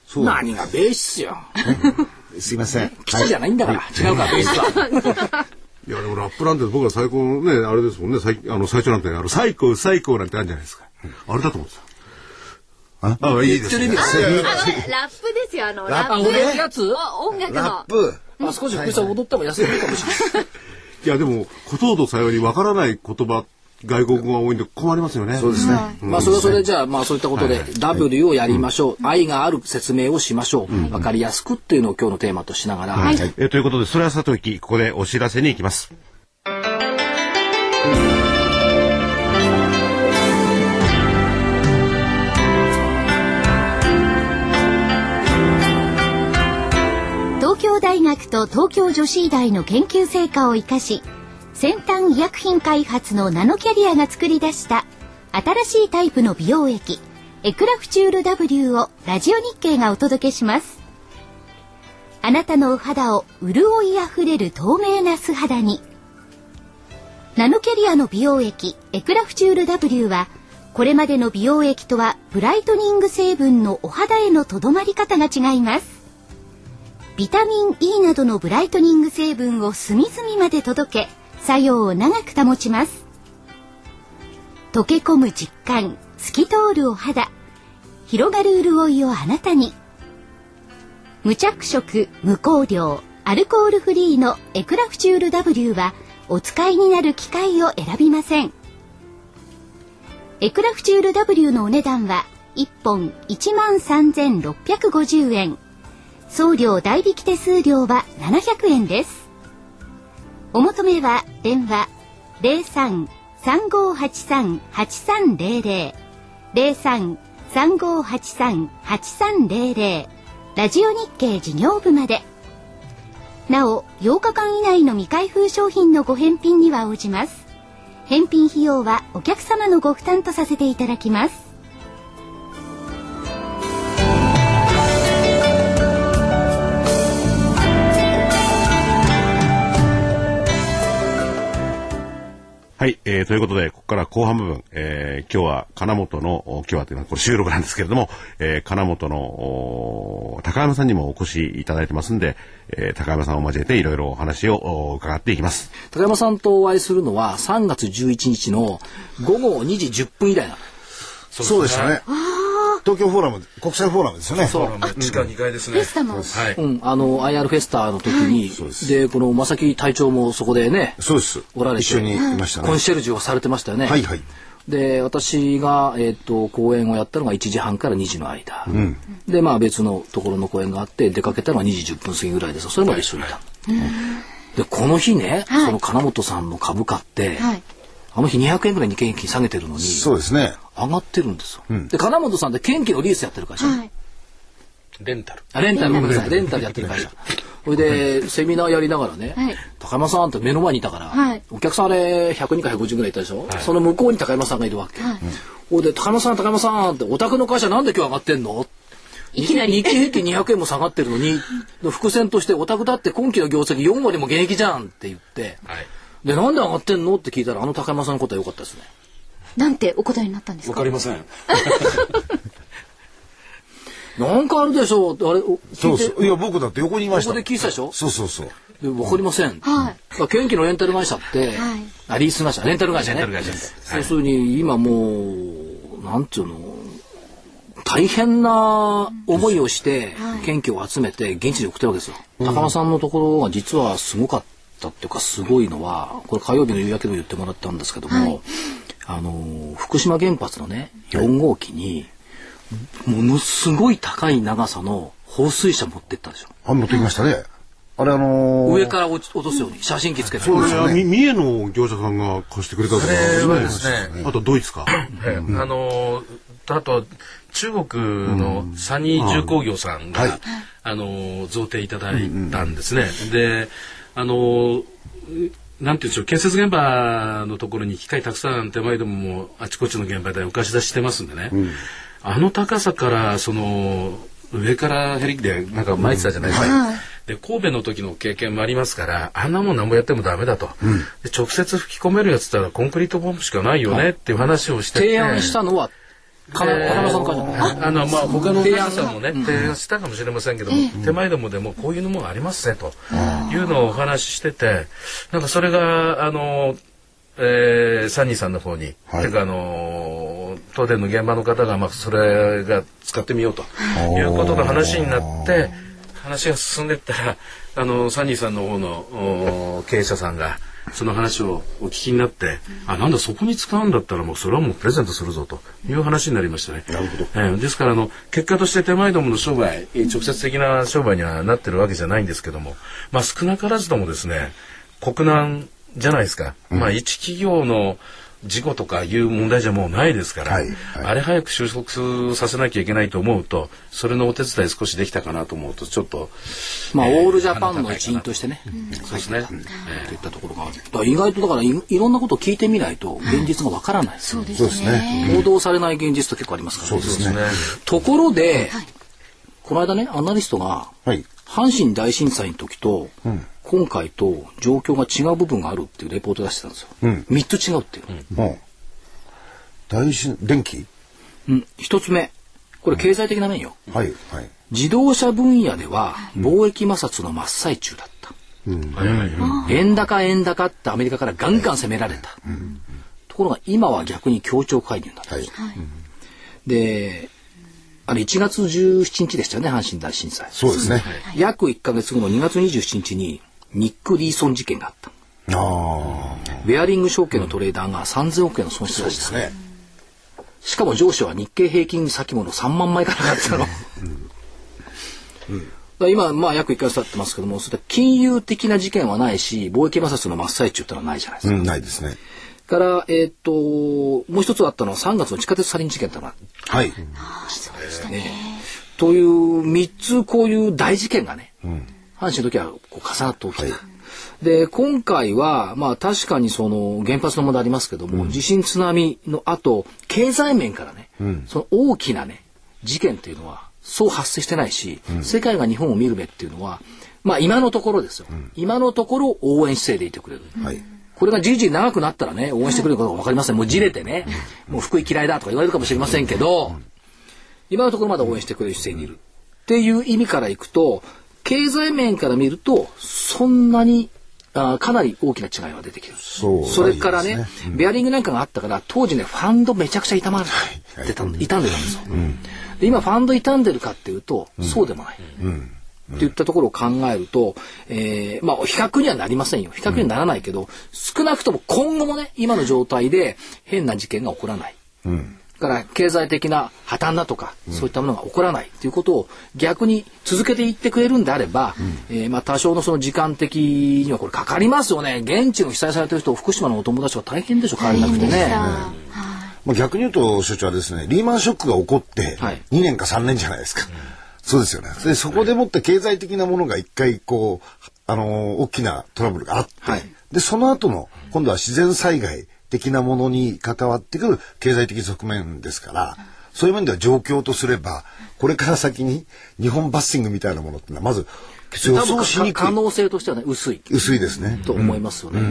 Speaker 5: そうなんで
Speaker 4: 何がベーシスよ
Speaker 5: す。すいません。
Speaker 4: 基地じゃないんだから、違うからベーシスは
Speaker 2: いや、でもラップなんて僕ら最高のね、あれですもんね、最あの最初なんて、あの、最高、最高なんてあるじゃないですか。あれだと思ってた。あ、あいいですね。
Speaker 6: ラップですよ、あの、
Speaker 5: ラ
Speaker 6: ラ
Speaker 5: ップ
Speaker 6: ッ
Speaker 4: あ
Speaker 6: プ
Speaker 4: 同じ
Speaker 6: です
Speaker 4: やつ
Speaker 6: 音楽
Speaker 5: ラッ
Speaker 6: の。
Speaker 5: プ。
Speaker 4: まあ少し福井さん踊った方が安いかもしれない
Speaker 2: いや、でも、小峠さんよりわからない言葉、外国語が多いんで困りますよね。そうですね。
Speaker 4: まあそれはそれじゃあまあそういったことで W をやりましょう、愛がある説明をしましょう、わかりやすくっていうのを今日のテーマとしながら、
Speaker 2: えーということで、それはさといき、ここでお知らせに行きます。
Speaker 1: 東京大学と東京女子医大の研究成果を生かし先端医薬品開発のナノキャリアが作り出した新しいタイプの美容液エクラフチュール W をラジオ日経がお届けしますあなたのお肌を潤いあふれる透明な素肌にナノキャリアの美容液エクラフチュール W はこれまでの美容液とはブライトニング成分のお肌へのとどまり方が違いますビタミン E などのブライトニング成分を隅々まで届け作用を長く保ちます溶け込む実感透き通るお肌広がる潤いをあなたに無着色無香料アルコールフリーのエクラフチュール W はお使いになる機械を選びませんエクラフチュール W のお値段は1本13,650円送料代引き手数料は700円です。お求めは電話03-3583-8300 03-3583-8300ラジオ日経事業部まで。なお、8日間以内の未開封商品のご返品には応じます。返品費用はお客様のご負担とさせていただきます。
Speaker 2: はい、えーということで、ここから後半部分、えー今日は金本の、お今日はというのはこれ収録なんですけれども、えー金本のお高山さんにもお越しいただいてますんで、えー高山さんを交えていろいろお話をお伺っていきます。
Speaker 4: 高山さんとお会いするのは3月11日の午後2時10分以来なの
Speaker 5: そうでしたね。東京フォーラム、国際フォーラムですよね。
Speaker 7: そうなんです地下2階ですね。
Speaker 6: でしたもん
Speaker 7: はい。
Speaker 4: うん、あの IR フェスタの時に、でこの正木隊長もそこでね
Speaker 5: そうです。
Speaker 4: おられて
Speaker 5: 一緒にいました
Speaker 4: コン
Speaker 5: ね。
Speaker 4: シェルジュをされてましたよね、
Speaker 5: はいはい。
Speaker 4: で私が、えっと公演をやったのが1時半から2時の間、でまあ別のところの公演があって出かけたのが2時10分過ぎぐらいですそれまで一緒にいた、でこの日ね、その金本さんの株価って、
Speaker 6: はい
Speaker 4: あの日200円ぐらいに券金下げてるのに
Speaker 5: そうですね。
Speaker 4: 上がってるんですよ、で金本さんって券金のリースやってる会社、
Speaker 6: はい。
Speaker 7: レンタル。
Speaker 4: あレンタルごめんなさいレンタルやってる *laughs* 会社それでセミナーやりながらね、
Speaker 6: はい
Speaker 4: 高山さんって目の前にいたから、
Speaker 6: はい
Speaker 4: お客さんあれ100人か150ぐらいいたでしょ、その向こうに高山さんがいるわけ、ほいで「高山さん高山さん」って「お宅の会社なんで今日上がってんの?」いきなり日経平均200円も下がってるのにの伏線として「お宅だって今期の業績4割も現役じゃん」って言って
Speaker 7: はい。
Speaker 4: 「でなんで上がってんの?」って聞いたらあの高山さんのことは良かったですね
Speaker 6: なんてお答えになったんです
Speaker 7: わ
Speaker 6: か
Speaker 7: かりません。
Speaker 4: *laughs* なんかあるでしょうってあれ、お聞
Speaker 5: そ
Speaker 4: いうて
Speaker 5: そう。いや、僕だって横にいましたもん。
Speaker 4: ここで聞いてたでしょ
Speaker 5: そうそうそう。
Speaker 4: でわかりません。
Speaker 6: はい
Speaker 4: い。県機のレンタル会社って、
Speaker 6: はい
Speaker 4: あ、リース会社、レンタル会社ね。
Speaker 7: レンタル会社です
Speaker 4: 要するに、今もう、なんていうの、大変な思いをして、県機を集めて現地に送ってるわけですよ。高野さんのところが実はすごかったっていうか、すごいのは、これ火曜日の夕焼けでも言ってもらったんですけども、あの、福島原発のね、4号機に、ものすごい高い長さの放水車持ってったでしょ。
Speaker 5: あ、持ってきましたね。あれあのー
Speaker 4: 上から落ち落とすように、写真機つけて。
Speaker 2: これはみ三重の業者さんが貸してくれたとか
Speaker 7: あれはですね
Speaker 2: あとドイツか。
Speaker 7: はいあのーあと中国のサニー重工業さんが、あのー贈呈いただいたんですね。であのーなんていうんでしょう建設現場のところに機械たくさん手前でももうあちこちの現場でお貸し出ししてますんでね、あの高さからその上からヘリでなんか巻いてたじゃないですか、で神戸の時の経験もありますからあんなもん何もやってもダメだと、で直接吹き込めるやつったらコンクリートポンプしかないよねっていう話をしてて
Speaker 4: 提案したのは、かな、
Speaker 7: えー
Speaker 4: かなさんの会社の
Speaker 7: ああのまあ他の皆さんもね提案したかもしれませんけども、手前どもでもこういうのもありますねというのをお話ししててなんかそれがあの、えーサニーさんの方に、
Speaker 5: はい
Speaker 7: てかあの東電の現場の方が、まあ、それが使ってみようということの話になって話が進んでったらあのサニーさんの方のお経営者さんがその話をお聞きになって、あなんだそこに使うんだったらもうそれはもうプレゼントするぞという話になりましたね。なるほど。えーですからあの結果として手前どもの商売、えー直接的な商売にはなってるわけじゃないんですけども、まあ少なからずともですね、国難じゃないですか。まあ一企業の事故とかいう問題じゃもうないですから、
Speaker 5: はいはい
Speaker 7: あれ早く収束させなきゃいけないと思うと、それのお手伝い少しできたかなと思うと、ちょっと、
Speaker 4: まあ、
Speaker 7: えー
Speaker 4: オールジャパンの一員としてね、
Speaker 7: そうですね。
Speaker 4: といったところがある。だから意外と、だからい、いろんなことを聞いてみないと、現実がわからない。
Speaker 6: そうで
Speaker 5: そうですす
Speaker 6: ね。
Speaker 5: ね。
Speaker 4: 報道されない現実と結構ありますから、
Speaker 5: そうですね。
Speaker 4: ところで、この間ね、アナリストが、
Speaker 5: はい。
Speaker 4: 阪神大震災の時と、今回と状況が違う部分があるっていうレポートを出してたんですよ。
Speaker 5: うん
Speaker 4: 3つ違うっていう。
Speaker 5: もう。大震、電気
Speaker 4: うん、1つ目。これ経済的な面よ。
Speaker 5: はい。はい。
Speaker 4: 自動車分野では貿易摩擦の真っ最中だった。円高円高ってアメリカからガンガン攻められた。ところが今は逆に協調介入になった。
Speaker 5: はい。
Speaker 4: で、あれ1月17日でしたよね、阪神大震災。
Speaker 5: そうですね。
Speaker 4: 約1ヶ月後の2月27日にニック・リーソン事件があった。
Speaker 5: ああ。
Speaker 4: ベアリング証券のトレーダーが3000億円の損失を出した。
Speaker 5: ね。
Speaker 4: しかも上司は日経平均先物3万枚から買ってたの。だから今、まあ、約1ヶ月経ってますけども、それで金融的な事件はないし、貿易摩擦の真っ最中ってのはないじゃないです
Speaker 5: う
Speaker 4: か。
Speaker 5: ん、ないですね。
Speaker 4: から、えーっと、もう一つあったのは3月の地下鉄サリン事件だな。
Speaker 5: はい。
Speaker 4: ね。という3つこういう大事件がね、阪神の時はこう重なって起きた。で、今回は、まあ確かにその原発の問題ありますけども、地震津波の後、経済面からね、その大きなね、事件っていうのは、そう発生してないし、世界が日本を見る目っていうのは、まあ今のところですよ。今のところ応援姿勢でいてくれる。
Speaker 5: はい。
Speaker 4: これがじいじい長くなったらね、応援してくれることが分かりません。もうじれてね、もう福井嫌いだとか言われるかもしれませんけど、今のところまだ応援してくれる姿勢にいる。っていう意味からいくと、経済面から見ると、そんなに、あーかなり大きな違いは出てきてる。
Speaker 5: そう
Speaker 4: それから
Speaker 5: ない
Speaker 4: ね
Speaker 5: です、
Speaker 4: ベアリングなんかがあったから、当時ね、ファンドめちゃくちゃ痛まれてたん、傷んでたんですよ。で、今ファンド傷んでるかっていうと、そうでもない。っていったところを考えると、えーまあ、比較にはなりませんよ。比較にはならないけど、少なくとも今後もね、今の状態で変な事件が起こらない。だから、経済的な破綻だとか、そういったものが起こらないということを逆に続けていってくれるんであれば、えーまあ、多少のその時間的にはこれかかりますよね。現地の被災されてる人、福島のお友達は大変でしょ、帰れなくてね。
Speaker 5: まあ、逆に言うと、所長はですね、リーマンショックが起こって、
Speaker 4: はい
Speaker 5: 2年か3年じゃないですか。そうですよね。で、そこでもって経済的なものが一回、こう、あのー大きなトラブルがあって、
Speaker 4: はい
Speaker 5: で、その後の、今度は自然災害的なものに関わってくる経済的側面ですから、そういう面では状況とすれば、これから先に日本バッシングみたいなものってのは、まず予
Speaker 4: 多分
Speaker 5: 想しにく
Speaker 4: 可
Speaker 5: い。
Speaker 4: 能性としてはね、薄い。
Speaker 5: 薄いですね。
Speaker 4: と思いますよね。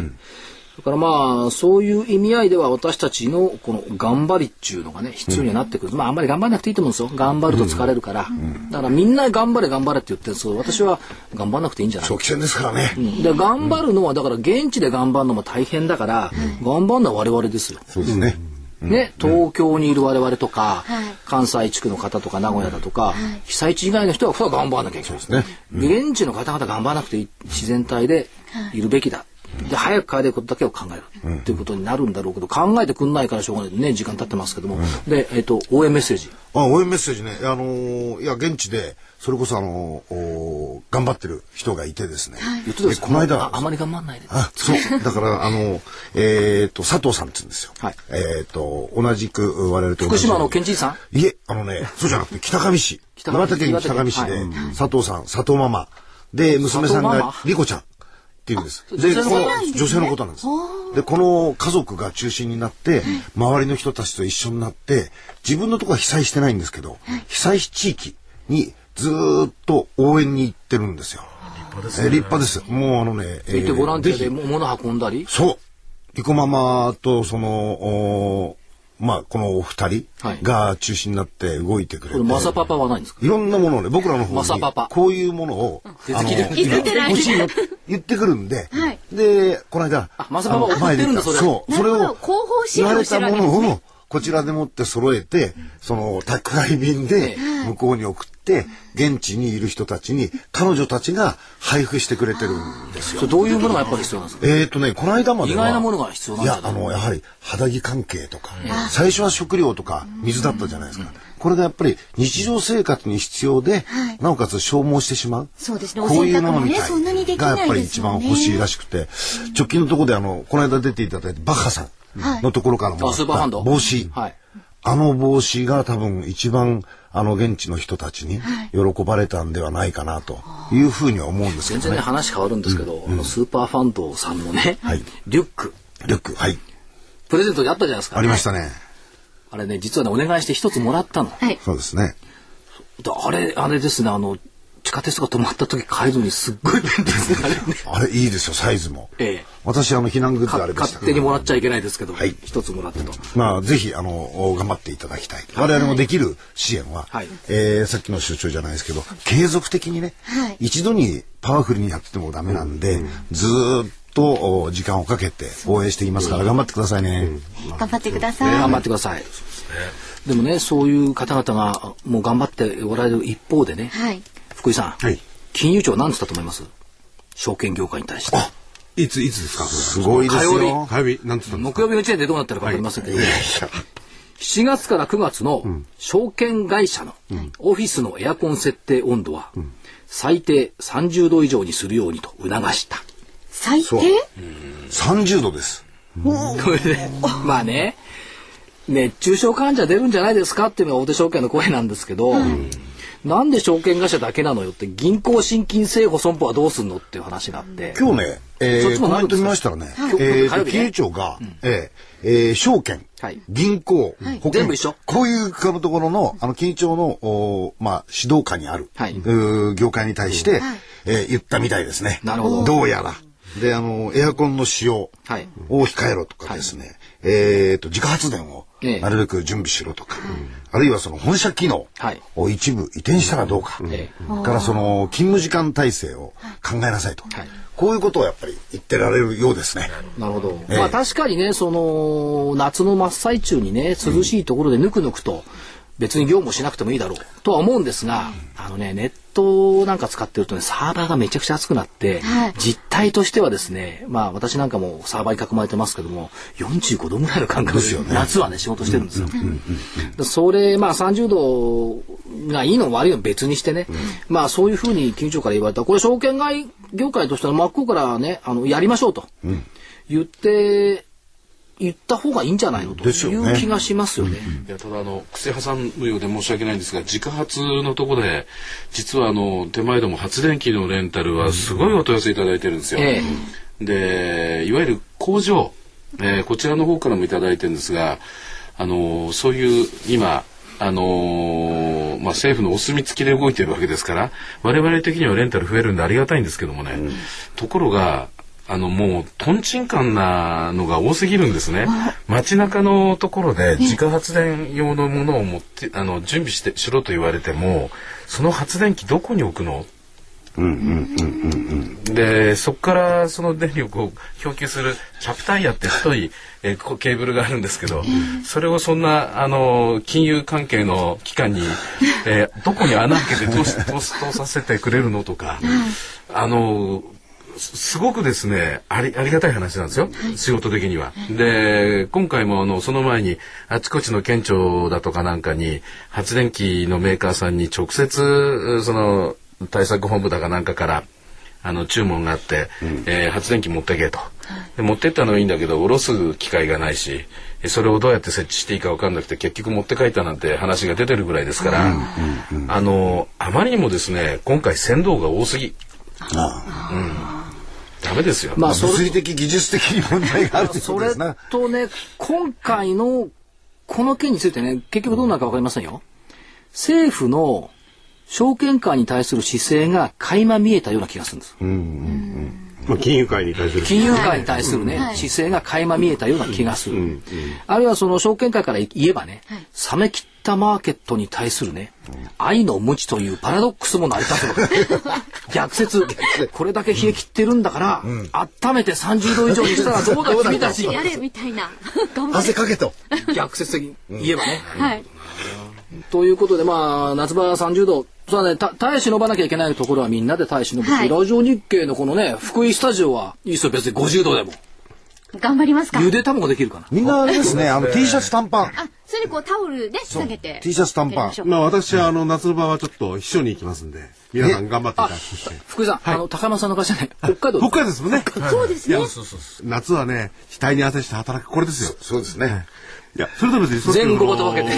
Speaker 4: だからまあ、そういう意味合いでは私たちのこの頑張りっていうのがね、必要にはなってくる。まあ、あんまり頑張らなくていいと思うんですよ。頑張ると疲れるから。だからみんな頑張れ頑張れって言ってるんですけど、私は頑張らなくていいんじゃない
Speaker 5: 長期戦ですからね。
Speaker 4: で頑張るのはだから現地で頑張るのも大変だから、頑張るのは我々ですよ。
Speaker 5: そうですね。
Speaker 4: ね、東京にいる我々とか、
Speaker 6: はい
Speaker 4: 関西地区の方とか名古屋だとか、被災地以外の人はふわ頑張らなきゃいけない現地の方々頑張らなくていい自然体でいるべきだ、で早く帰れることだけを考える、っていうことになるんだろうけど考えてくんないからしょうがないね時間経ってますけども、で、えっと応援メッセージ
Speaker 5: あ、応援メッセージね。あのーいや、現地で、それこそあのーおー頑張ってる人がいてですね。
Speaker 4: 言ってたんです
Speaker 5: えこの間
Speaker 4: ああまり頑張らないで
Speaker 5: あ、
Speaker 4: *laughs*
Speaker 5: そう。だから、あの、えっ、と、佐藤さんって言うんですよ。
Speaker 4: はい
Speaker 5: えっ、と、同じく、我々と同
Speaker 4: 福
Speaker 5: じ
Speaker 4: 島の県知事さん
Speaker 5: いえ、あのね、そうじゃなくて、北上市。
Speaker 4: 北上
Speaker 5: 長田県北上市で、
Speaker 4: はい
Speaker 5: 佐藤さん、佐藤ママ。で、娘さ
Speaker 4: 佐藤
Speaker 5: ん
Speaker 4: マ
Speaker 5: が
Speaker 4: マ、
Speaker 5: 莉子ちゃん。っていうんです。
Speaker 4: 女性の
Speaker 5: こ
Speaker 4: こと
Speaker 5: の
Speaker 4: なんです
Speaker 5: 女性のことなんです。で、この家族が中心になって、周りの人たちと一緒になって、自分のとこは被災してないんですけど、被災地域にずーっと応援に行ってるんですよ。立派です、立派です。もうあのね、え
Speaker 4: 行ってボランティアで
Speaker 5: ぜひ
Speaker 4: 物運んだり
Speaker 5: そう。リコママと、その、おーまあ、このお二人
Speaker 4: はい
Speaker 5: が中心になって動いてくれ
Speaker 4: これ
Speaker 5: て。
Speaker 4: マサパパはないんですか
Speaker 5: いろんなものをね、僕らの方
Speaker 4: マサ
Speaker 5: に
Speaker 4: パパ、
Speaker 5: こういうものを、
Speaker 4: 出
Speaker 5: あ
Speaker 4: て
Speaker 5: の
Speaker 4: きてる
Speaker 5: 今欲しいよって言ってくるんで、で、この間、
Speaker 4: あマサパパ
Speaker 5: あの
Speaker 4: 送ってるんだ
Speaker 5: 前で言った
Speaker 4: それ
Speaker 5: そう、それ
Speaker 6: なるほど
Speaker 5: を
Speaker 6: 広報資
Speaker 5: 言わ
Speaker 6: 料
Speaker 5: れ
Speaker 6: し
Speaker 5: た
Speaker 6: てるわ
Speaker 5: も
Speaker 6: けです
Speaker 5: のを、こちらでもって揃えて、その宅配便で向こうに送って、現地にいる人たちに、彼女たちが配布してくれてるんです。
Speaker 4: それどういうものがやっぱり必要なんですか
Speaker 5: えーとね、この間まで
Speaker 4: 意
Speaker 5: は
Speaker 4: 外なものが必要なん
Speaker 5: い
Speaker 4: じゃ
Speaker 5: や
Speaker 4: ない、
Speaker 5: あの、やはり肌着関係とか、最初は食料とか水だったじゃないですか。これがやっぱり日常生活に必要で、なおかつ消耗してしまう。
Speaker 6: そうですね
Speaker 5: こういうものみ
Speaker 6: お洗濯もねそんな
Speaker 5: た
Speaker 6: にで
Speaker 5: い
Speaker 6: きな
Speaker 5: が
Speaker 6: い
Speaker 5: やっぱり一番欲しいらしくて、直近のところであの、この間出ていただいたバッハさんのところからも
Speaker 4: あスーパーハンド
Speaker 5: 帽子。
Speaker 4: はい
Speaker 5: あの帽子が多分一番あの現地の人たちに喜ばれたんではないかなというふうには思うんです
Speaker 4: 全
Speaker 5: けど
Speaker 4: 然ね
Speaker 5: ね。
Speaker 4: 話変わるんですけど、あのスーパーファンドさんのね、
Speaker 5: はい
Speaker 4: リュック
Speaker 5: リュック、はい。
Speaker 4: プレゼントであったじゃないですか
Speaker 5: ありましたね。
Speaker 4: あれね実はねお願いして一つもらったの、
Speaker 6: はい。
Speaker 5: そうですね。
Speaker 4: であれあれですねあの地下鉄とか止まった時買えずにすっごい便利ですねあれね
Speaker 5: あれいいですよ、サイズも。
Speaker 4: ええ
Speaker 5: 私、あの、避難グッ *laughs* ズあ
Speaker 4: か
Speaker 5: れでした
Speaker 4: 勝
Speaker 5: け
Speaker 4: 手に
Speaker 5: ど。
Speaker 4: もらっちゃいけないですけど
Speaker 5: はい
Speaker 4: 一、つもらったと
Speaker 5: まあ、ぜひ、あの、お頑張っていただきたい。我々もできる支援は、
Speaker 4: はい
Speaker 5: えーさっきの主張じゃないですけど、継続的にね、
Speaker 6: はい
Speaker 5: 一度にパワフルにやっててもダメなんで、ずーっとお時間をかけて応援していますから、頑張ってくださいね。
Speaker 6: 頑張ってください。
Speaker 4: 頑張ってくださいでもねそういう方々がもう頑張っておられる一方でね、
Speaker 6: はい。
Speaker 4: 福井さん、
Speaker 2: はい
Speaker 4: 金融庁は何つったと思います証券業界に対して
Speaker 2: いつ、いつですかす
Speaker 5: すごいです
Speaker 4: 火曜
Speaker 5: よ
Speaker 4: 日。
Speaker 2: 火曜日、なんつったんです
Speaker 4: 木
Speaker 2: か
Speaker 4: 曜日の時点でどうなってるか分かりませんけど、7月から9月の証券会社のオフィスのエアコン設定温度は最低30度以上にするようにと促した。
Speaker 6: 最低
Speaker 5: そう30度です。
Speaker 4: これねまあね、熱中症患者出るんじゃないですかっていうのが大手証券の声なんですけど、なんで証券会社だけなのよって銀行信金政府損保はどうすんのっていう話があって、
Speaker 5: 今日ね、え
Speaker 4: そっち
Speaker 5: ー、
Speaker 4: も
Speaker 5: コ
Speaker 4: なるん
Speaker 5: メ
Speaker 4: で
Speaker 5: ント
Speaker 4: す
Speaker 5: 見
Speaker 4: か
Speaker 5: ましたらね、
Speaker 4: 今日
Speaker 5: えー
Speaker 4: 火曜
Speaker 5: と、
Speaker 4: 日ね
Speaker 5: 金融庁が、えーえー証券、
Speaker 4: はい
Speaker 5: 銀行、保険、
Speaker 4: 全部一緒
Speaker 5: こういうかのところの、あの、金融庁の、おーまあ、指導下にある、
Speaker 4: はいう
Speaker 5: ー業界に対して、えー言ったみたいですね。
Speaker 4: なるほど
Speaker 5: どうやら。で、あの、エアコンの使用
Speaker 4: はい
Speaker 5: を控えろとかですね、えーと、自家発電を
Speaker 4: ええ
Speaker 5: なるべく準備しろとか、あるいはその本社機能
Speaker 4: はい
Speaker 5: を一部移転したらどうか、
Speaker 4: え
Speaker 5: からその勤務時間体制を考えなさいと、
Speaker 4: はい
Speaker 5: こういうことをやっぱり言ってられるようですね。
Speaker 4: なるほど。
Speaker 5: ええ
Speaker 4: まあ確かにね、その、夏の真っ最中にね、涼しいところでぬくぬくと、別に業務をしなくてもいいだろうとは思うんですが、あのね、ネットなんか使ってるとね、サーバーがめちゃくちゃ熱くなって、
Speaker 6: はい
Speaker 4: 実態としてはですね、まあ私なんかもサーバーに囲まれてますけども、45度ぐらいの感覚で、夏はね、仕事してるんですよ。でそれ、まあ30度がいいの悪いの別にしてね、まあそういうふうに金融庁から言われた、これ証券外業界としては真っ向からね、あの、やりましょうと。言って言った方がいいんじゃないのとい
Speaker 5: ですよね
Speaker 4: う気がしますよね。
Speaker 7: いやただあの癖挟むようで申し訳ないんですが自家発のとこで実はあの手前ども発電機のレンタルはすごいお問い合わせいただいてるんですよ。
Speaker 4: え
Speaker 7: でいわゆる工場、えーこちらの方からもいただいてるんですがあのそういう今あのまあ、政府のお墨付きで動いてるわけですから我々的にはレンタル増えるんでありがたいんですけどもね、ところがあのもうとんちんかんなのが多すぎるんですね街中のところで自家発電用のものを持ってあの準備してしろと言われてもその発電機どこに置くのでそこからその電力を供給するキャプタイヤって太い、えーこうケーブルがあるんですけど、それをそんなあの金融関係の機関に、えーどこに穴開けて通し通す通させてくれるのとか、あのすすごくですねありありがたい話なんですよ、仕事的には。で今回もあのその前にあちこちの県庁だとかなんかに発電機のメーカーさんに直接うその対策本部だかなんかからあの注文があって、えー発電機持ってけと、で持ってったのはいいんだけど下ろす機会がないしえそれをどうやって設置していいか分かんなくて結局持って帰ったなんて話が出てるぐらいですから、あのあまりにもですね今回船頭が多すぎ、うん、ダメですよ、
Speaker 4: まあそれ
Speaker 5: 物理的、技術的に問題があるってこと
Speaker 4: そ
Speaker 5: で
Speaker 4: れ
Speaker 5: すね。
Speaker 4: とね、今回のこの件についてね、結局どうなるかわかりませんよ。政府の証券会に対する姿勢が垣間見えたような気がするんです。
Speaker 8: まあ、金融界に対する。
Speaker 4: 金融界に対するね、姿勢が垣間見えたような気がする。あるいはその証券会から言えばね、冷め切ったマーケットに対するね、愛の無知というパラドックスも成り立つわけ逆説。これだけ冷え切ってるんだから、温めて30度以上にしたら *laughs* どうだ君たち。
Speaker 1: やれみたいな。頑張
Speaker 5: 汗
Speaker 1: れ。
Speaker 5: かけと。
Speaker 4: 逆説的に言えばね。
Speaker 1: はい。
Speaker 4: ということで、まあ、夏場30度。そうだね、た耐え忍ばなきゃいけないところはみんなで耐え忍ぶし、
Speaker 1: はい
Speaker 4: ラジオ日経のこのね、福井スタジオはいいですよ、別に50度でも。
Speaker 1: 頑張りますか。
Speaker 4: ゆで卵できるかな。
Speaker 5: みんなあれですね、あの T シャツ短パン。
Speaker 1: あ、それでこうタオルで下げて。
Speaker 5: T シャツ短パン
Speaker 1: やりましょう
Speaker 8: まあ、私は、あの、夏の場はちょっと、秘書に行きますんで、皆さん頑張っていただきまして。
Speaker 4: 福井さん、あの、高山さんの会社ね、北海道
Speaker 8: 北海道ですもんね。
Speaker 1: そうですね。
Speaker 7: そうそうそ
Speaker 8: 夏はね、額に汗して働く、これですよ。
Speaker 5: そうですね。
Speaker 8: いや、それと別に、そっち
Speaker 4: 全豪と分けて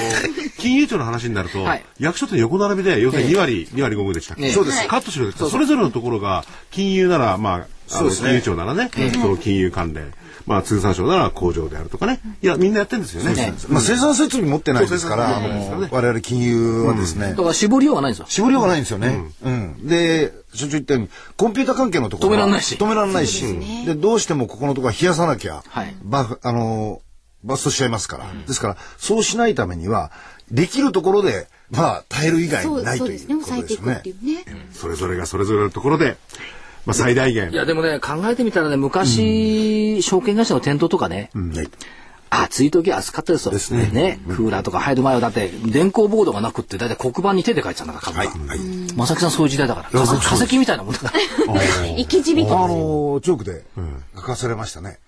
Speaker 8: 金融庁の話になると、
Speaker 4: はい
Speaker 8: 役所と横並びで、要するに2割、2割5分でしたっけ、
Speaker 4: ええ
Speaker 8: そうです、
Speaker 1: はい
Speaker 8: カットしろですそれぞれのところが、金融なら、まあ、あの金融庁ならね、その金融関連、まあ、通産省なら工場であるとかね、いや、みんなやってるんですよね。
Speaker 5: まあ生産設備持ってないですから、
Speaker 8: そう生産設備持ってないで
Speaker 5: あの
Speaker 8: すからね
Speaker 5: 我々金融はですね
Speaker 4: だ、から絞りようがないんですよ。
Speaker 5: 絞りようがないんですよね。うん。で、所長言ったように、コンピュータ関係のとこ
Speaker 4: 止
Speaker 5: ろは
Speaker 4: めらんないし
Speaker 5: 止めらんないし。で、どうしてもここのところは冷やさなきゃ、
Speaker 4: はい
Speaker 5: バフ、あのー、バストしちゃいますから。ですから、そうしないためには、できるところで、まあ、耐える以外
Speaker 1: そ
Speaker 5: に
Speaker 1: う、
Speaker 5: ない
Speaker 1: そ
Speaker 5: と
Speaker 1: う
Speaker 5: い
Speaker 1: です
Speaker 5: う
Speaker 1: ね。
Speaker 5: こと
Speaker 1: 抑えて
Speaker 5: で
Speaker 1: い
Speaker 5: す
Speaker 1: くっ
Speaker 5: ね
Speaker 1: てい。うね。
Speaker 8: それぞれがそれぞれのところで、まあ、最大限
Speaker 4: い。や、でもね、考えてみたらね、昔、証券会社の店頭とかね、
Speaker 5: はい
Speaker 4: 暑い時は暑かったですよ。
Speaker 5: ですね
Speaker 4: クーラーとか入る前はだって、電光ボードがなくって、だいたい黒板に手で書いてたんだから、
Speaker 5: はい。
Speaker 4: 株価。
Speaker 5: はい
Speaker 4: まさきさんそういう時代だから。化石化石みたいなもんだから。
Speaker 1: 生き字引き。
Speaker 5: あのー、チョークで書かされましたね。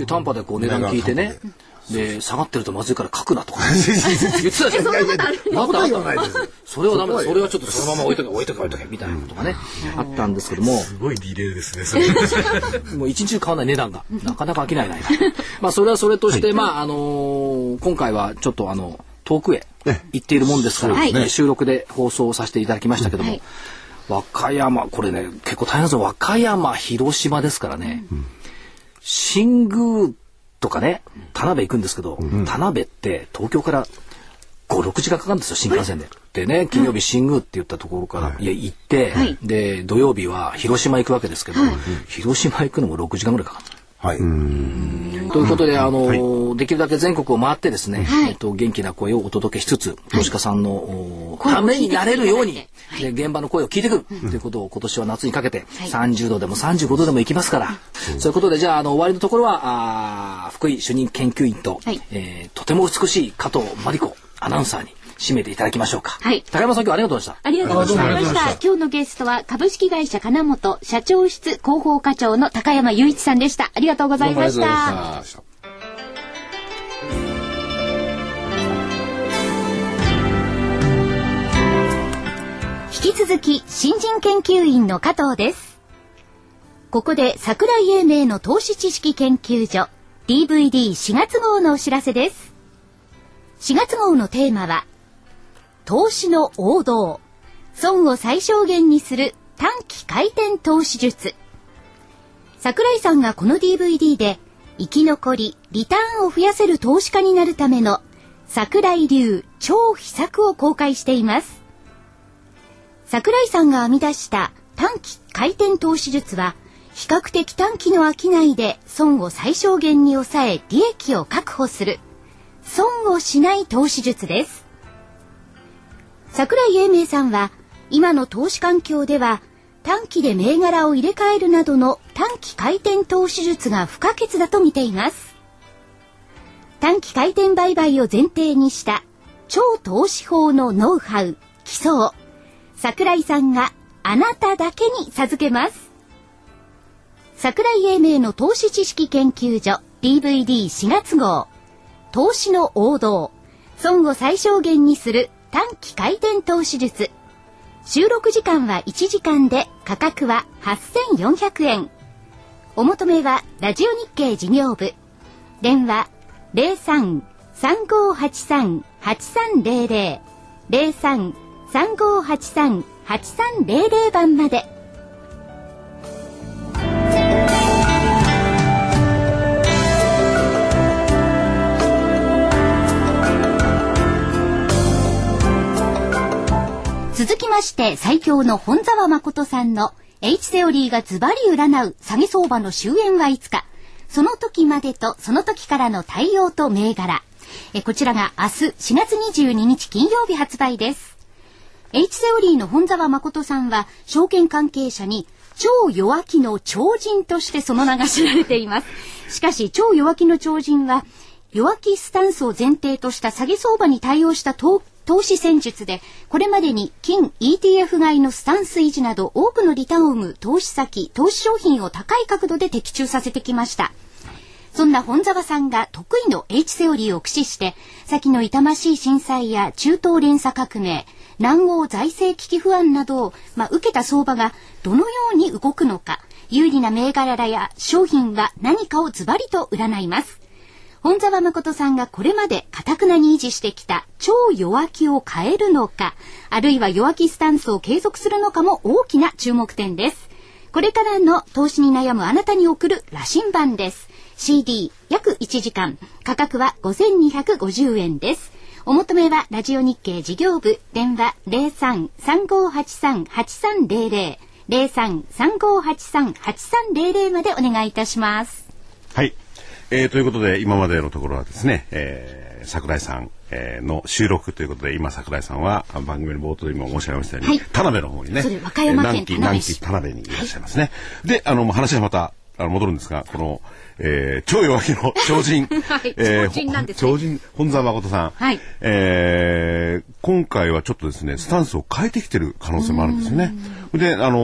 Speaker 4: で短波でこう値段聞いてねで下がってるとまずいから書くなとか言ってたじゃんあったあったそれはダメだそれはちょっとそのまま置いとけ置いとけ置いとけみたいなことがねあったんですけども
Speaker 7: うすごいディレイですねそれ
Speaker 4: もう一日買わない値段がなかなか飽きないなまあそれはそれとしてまああのー今回はちょっとあの遠くへ行っているもんですから
Speaker 1: そうですね
Speaker 4: ね収録で放送させていただきましたけど
Speaker 1: は
Speaker 4: も
Speaker 1: い
Speaker 4: 和歌山これね結構大変なんですよ和歌山広島ですからね新宮とかね田辺行くんですけど、田辺って東京から56時間かかるんですよ新幹線で。でね金曜日新宮って言ったところから、いや行って、
Speaker 1: はい
Speaker 4: で土曜日は広島行くわけですけど、広島行くのも6時間ぐらいかかる。
Speaker 5: はい。
Speaker 4: *laughs* ということで、あのできるだけ全国を回ってですね、えっと、元気な声をお届けしつつ、投資家さんの、お
Speaker 1: 声を
Speaker 4: ためになれるように、
Speaker 1: は
Speaker 4: で現場の声を聞いてくる、ということを今年は夏にかけて、30度でも35度でもいきますから、そういうことで、じゃあ、あの、終わりのところは、あー福井主任研究員と、
Speaker 1: はい
Speaker 4: えーとても美しい加藤真理子アナウンサーに締めていただきましょうか。
Speaker 1: はい
Speaker 4: 高山さん、今日はありがとうございました。
Speaker 1: ありがとうございました。今日のゲストは株式会社金本社長室広報課長の高山雄一さんでした。ありがとうございました。引き続き新人研究員の加藤です。ここで桜井英明の投資知識研究所 DVD4 月号のお知らせです。4月号のテーマは投資の王道損を最小限にする短期回転投資術桜井さんがこの DVD で生き残りリターンを増やせる投資家になるための桜井流超秘策を公開しています桜井さんが編み出した短期回転投資術は比較的短期の商いで損を最小限に抑え利益を確保する損をしない投資術です桜井英明さんは今の投資環境では短期で銘柄を入れ替えるなどの短期回転投資術が不可欠だと見ています短期回転売買を前提にした超投資法のノウハウ基礎を桜井さんがあなただけに授けます桜井英明の投資知識研究所 DVD4 月号投資の王道損を最小限にする短期回転投資術収録時間は1時間で価格は8400円お求めはラジオ日経事業部電話03-3583-8300 03-3583-8300番まで続きまして最強の本沢誠さんの H セオリーがズバリ占う詐欺相場の終焉はいつかその時までとその時からの対応と銘柄えこちらが明日4月22日金曜日発売です H セオリーの本沢誠さんは証券関係者に超弱気の超人としてその名が知られていますしかし超弱気の超人は弱気スタンスを前提とした詐欺相場に対応した投投資戦術で、これまでに金 ETF 買いのスタンス維持など多くのリターンを生む投資先、投資商品を高い角度で的中させてきました。そんな本沢さんが得意の H セオリーを駆使して、先の痛ましい震災や中東連鎖革命、南欧財政危機不安などを、まあ、受けた相場がどのように動くのか、有利な銘柄や商品は何かをズバリと占います。本沢誠さんがこれまで堅くなに維持してきた超弱気を変えるのか、あるいは弱気スタンスを継続するのかも大きな注目点です。これからの投資に悩むあなたに送る羅針盤です。CD 約1時間、価格は5250円です。お求めはラジオ日経事業部、電話03-3583-8300、03-3583-8300までお願いいたします。
Speaker 2: はい。えーということで、今までのところはですね、えー桜井さん、えーの収録ということで、今桜井さんはあ番組の冒頭で今申し上げましたように、
Speaker 1: はい
Speaker 2: 田辺の方にね、
Speaker 1: それ和歌山県
Speaker 2: えー南
Speaker 1: 田辺
Speaker 2: 紀南
Speaker 1: 市
Speaker 2: 紀田辺にいらっしゃいますね。で、あの、もう話がまた、あの戻るんですが、この、えー超弱気の超人、
Speaker 1: *laughs* はい超人なんですね
Speaker 2: ほ超人、本沢誠さん、
Speaker 1: はい
Speaker 2: えー今回はちょっとですね、スタンスを変えてきてる可能性もあるんですよね。で、あの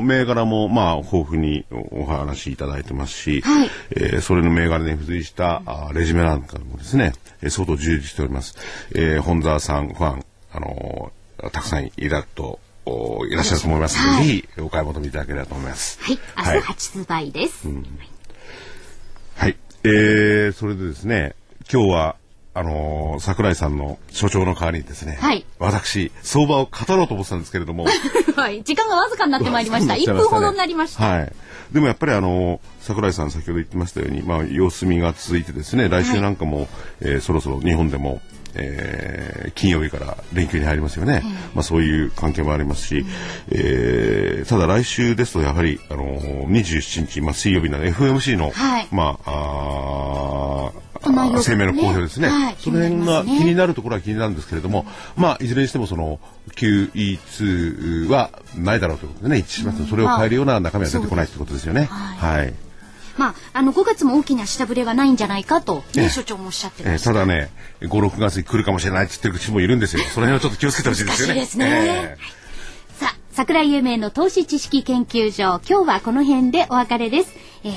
Speaker 2: ー銘柄も、まあ、豊富におお話しいただいてますし、
Speaker 1: はい
Speaker 2: えーそれの銘柄に付随した、あーレジュメなんかもですね、えー相当充実しております。えー本沢さんファン、あのーたくさんいらっと、おいらっしゃると思いますので、
Speaker 1: はい
Speaker 2: ぜひお買い求めいただければと思います。
Speaker 1: はい、
Speaker 2: は
Speaker 1: 明
Speaker 2: い
Speaker 1: 日発売です。
Speaker 2: はい。えー、それでですね、今日は、あのー桜井さんの所長の代わりにですね、
Speaker 1: はい
Speaker 2: 私、相場を語ろうと思ってたんですけれ
Speaker 1: *laughs*
Speaker 2: ども、
Speaker 1: はい、時間がわずかになってまいりました。
Speaker 2: そう
Speaker 1: 1
Speaker 2: *laughs* なっちゃい
Speaker 1: 分ほどになりました。
Speaker 2: ねはい。でもやっぱりあの、桜井さん先ほど言ってましたように、まあ、様子見が続いてですね、来週なんかも、えーそろそろ日本でも、えー金曜日から連休に入りますよね。まあ、そういう関係もありますし、えーただ来週ですとやはり、あのー、27日、まあ、水曜日なので FMC の、
Speaker 1: はい
Speaker 2: まあ、あー
Speaker 1: この内容
Speaker 2: 声明の公表ですね。
Speaker 1: はい
Speaker 2: その辺が
Speaker 1: 気になりますね
Speaker 2: 気になるところは気になるんですけれども、まあ、いずれにしてもその QE2 はないだろうということでね、一致しますと、それを変えるような中身は出てこないということですよね。はい、
Speaker 1: まあ、あの5月も大きな下振れはないんじゃないかと、
Speaker 2: ええ
Speaker 1: ね、所長もおっしゃって
Speaker 2: え
Speaker 1: ま
Speaker 2: ー
Speaker 1: した。
Speaker 2: ただね、5、6月に来るかもしれないって言ってる人もいるんですよ。その辺はちょっと気をつけてほしいですよ
Speaker 1: 難
Speaker 2: ね。
Speaker 1: しいですね
Speaker 2: えー
Speaker 1: さあ、桜井英明の投資知識研究所、今日はこの辺でお別れです。えー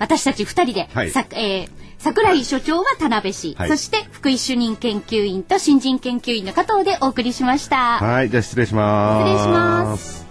Speaker 1: 私たち2人で、
Speaker 2: はい
Speaker 1: さえー桜井所長は田辺市、
Speaker 2: はい
Speaker 1: そして福井主任研究員と新人研究員の加藤でお送りしました。
Speaker 2: はい、じゃあ失礼します。
Speaker 1: 失礼します。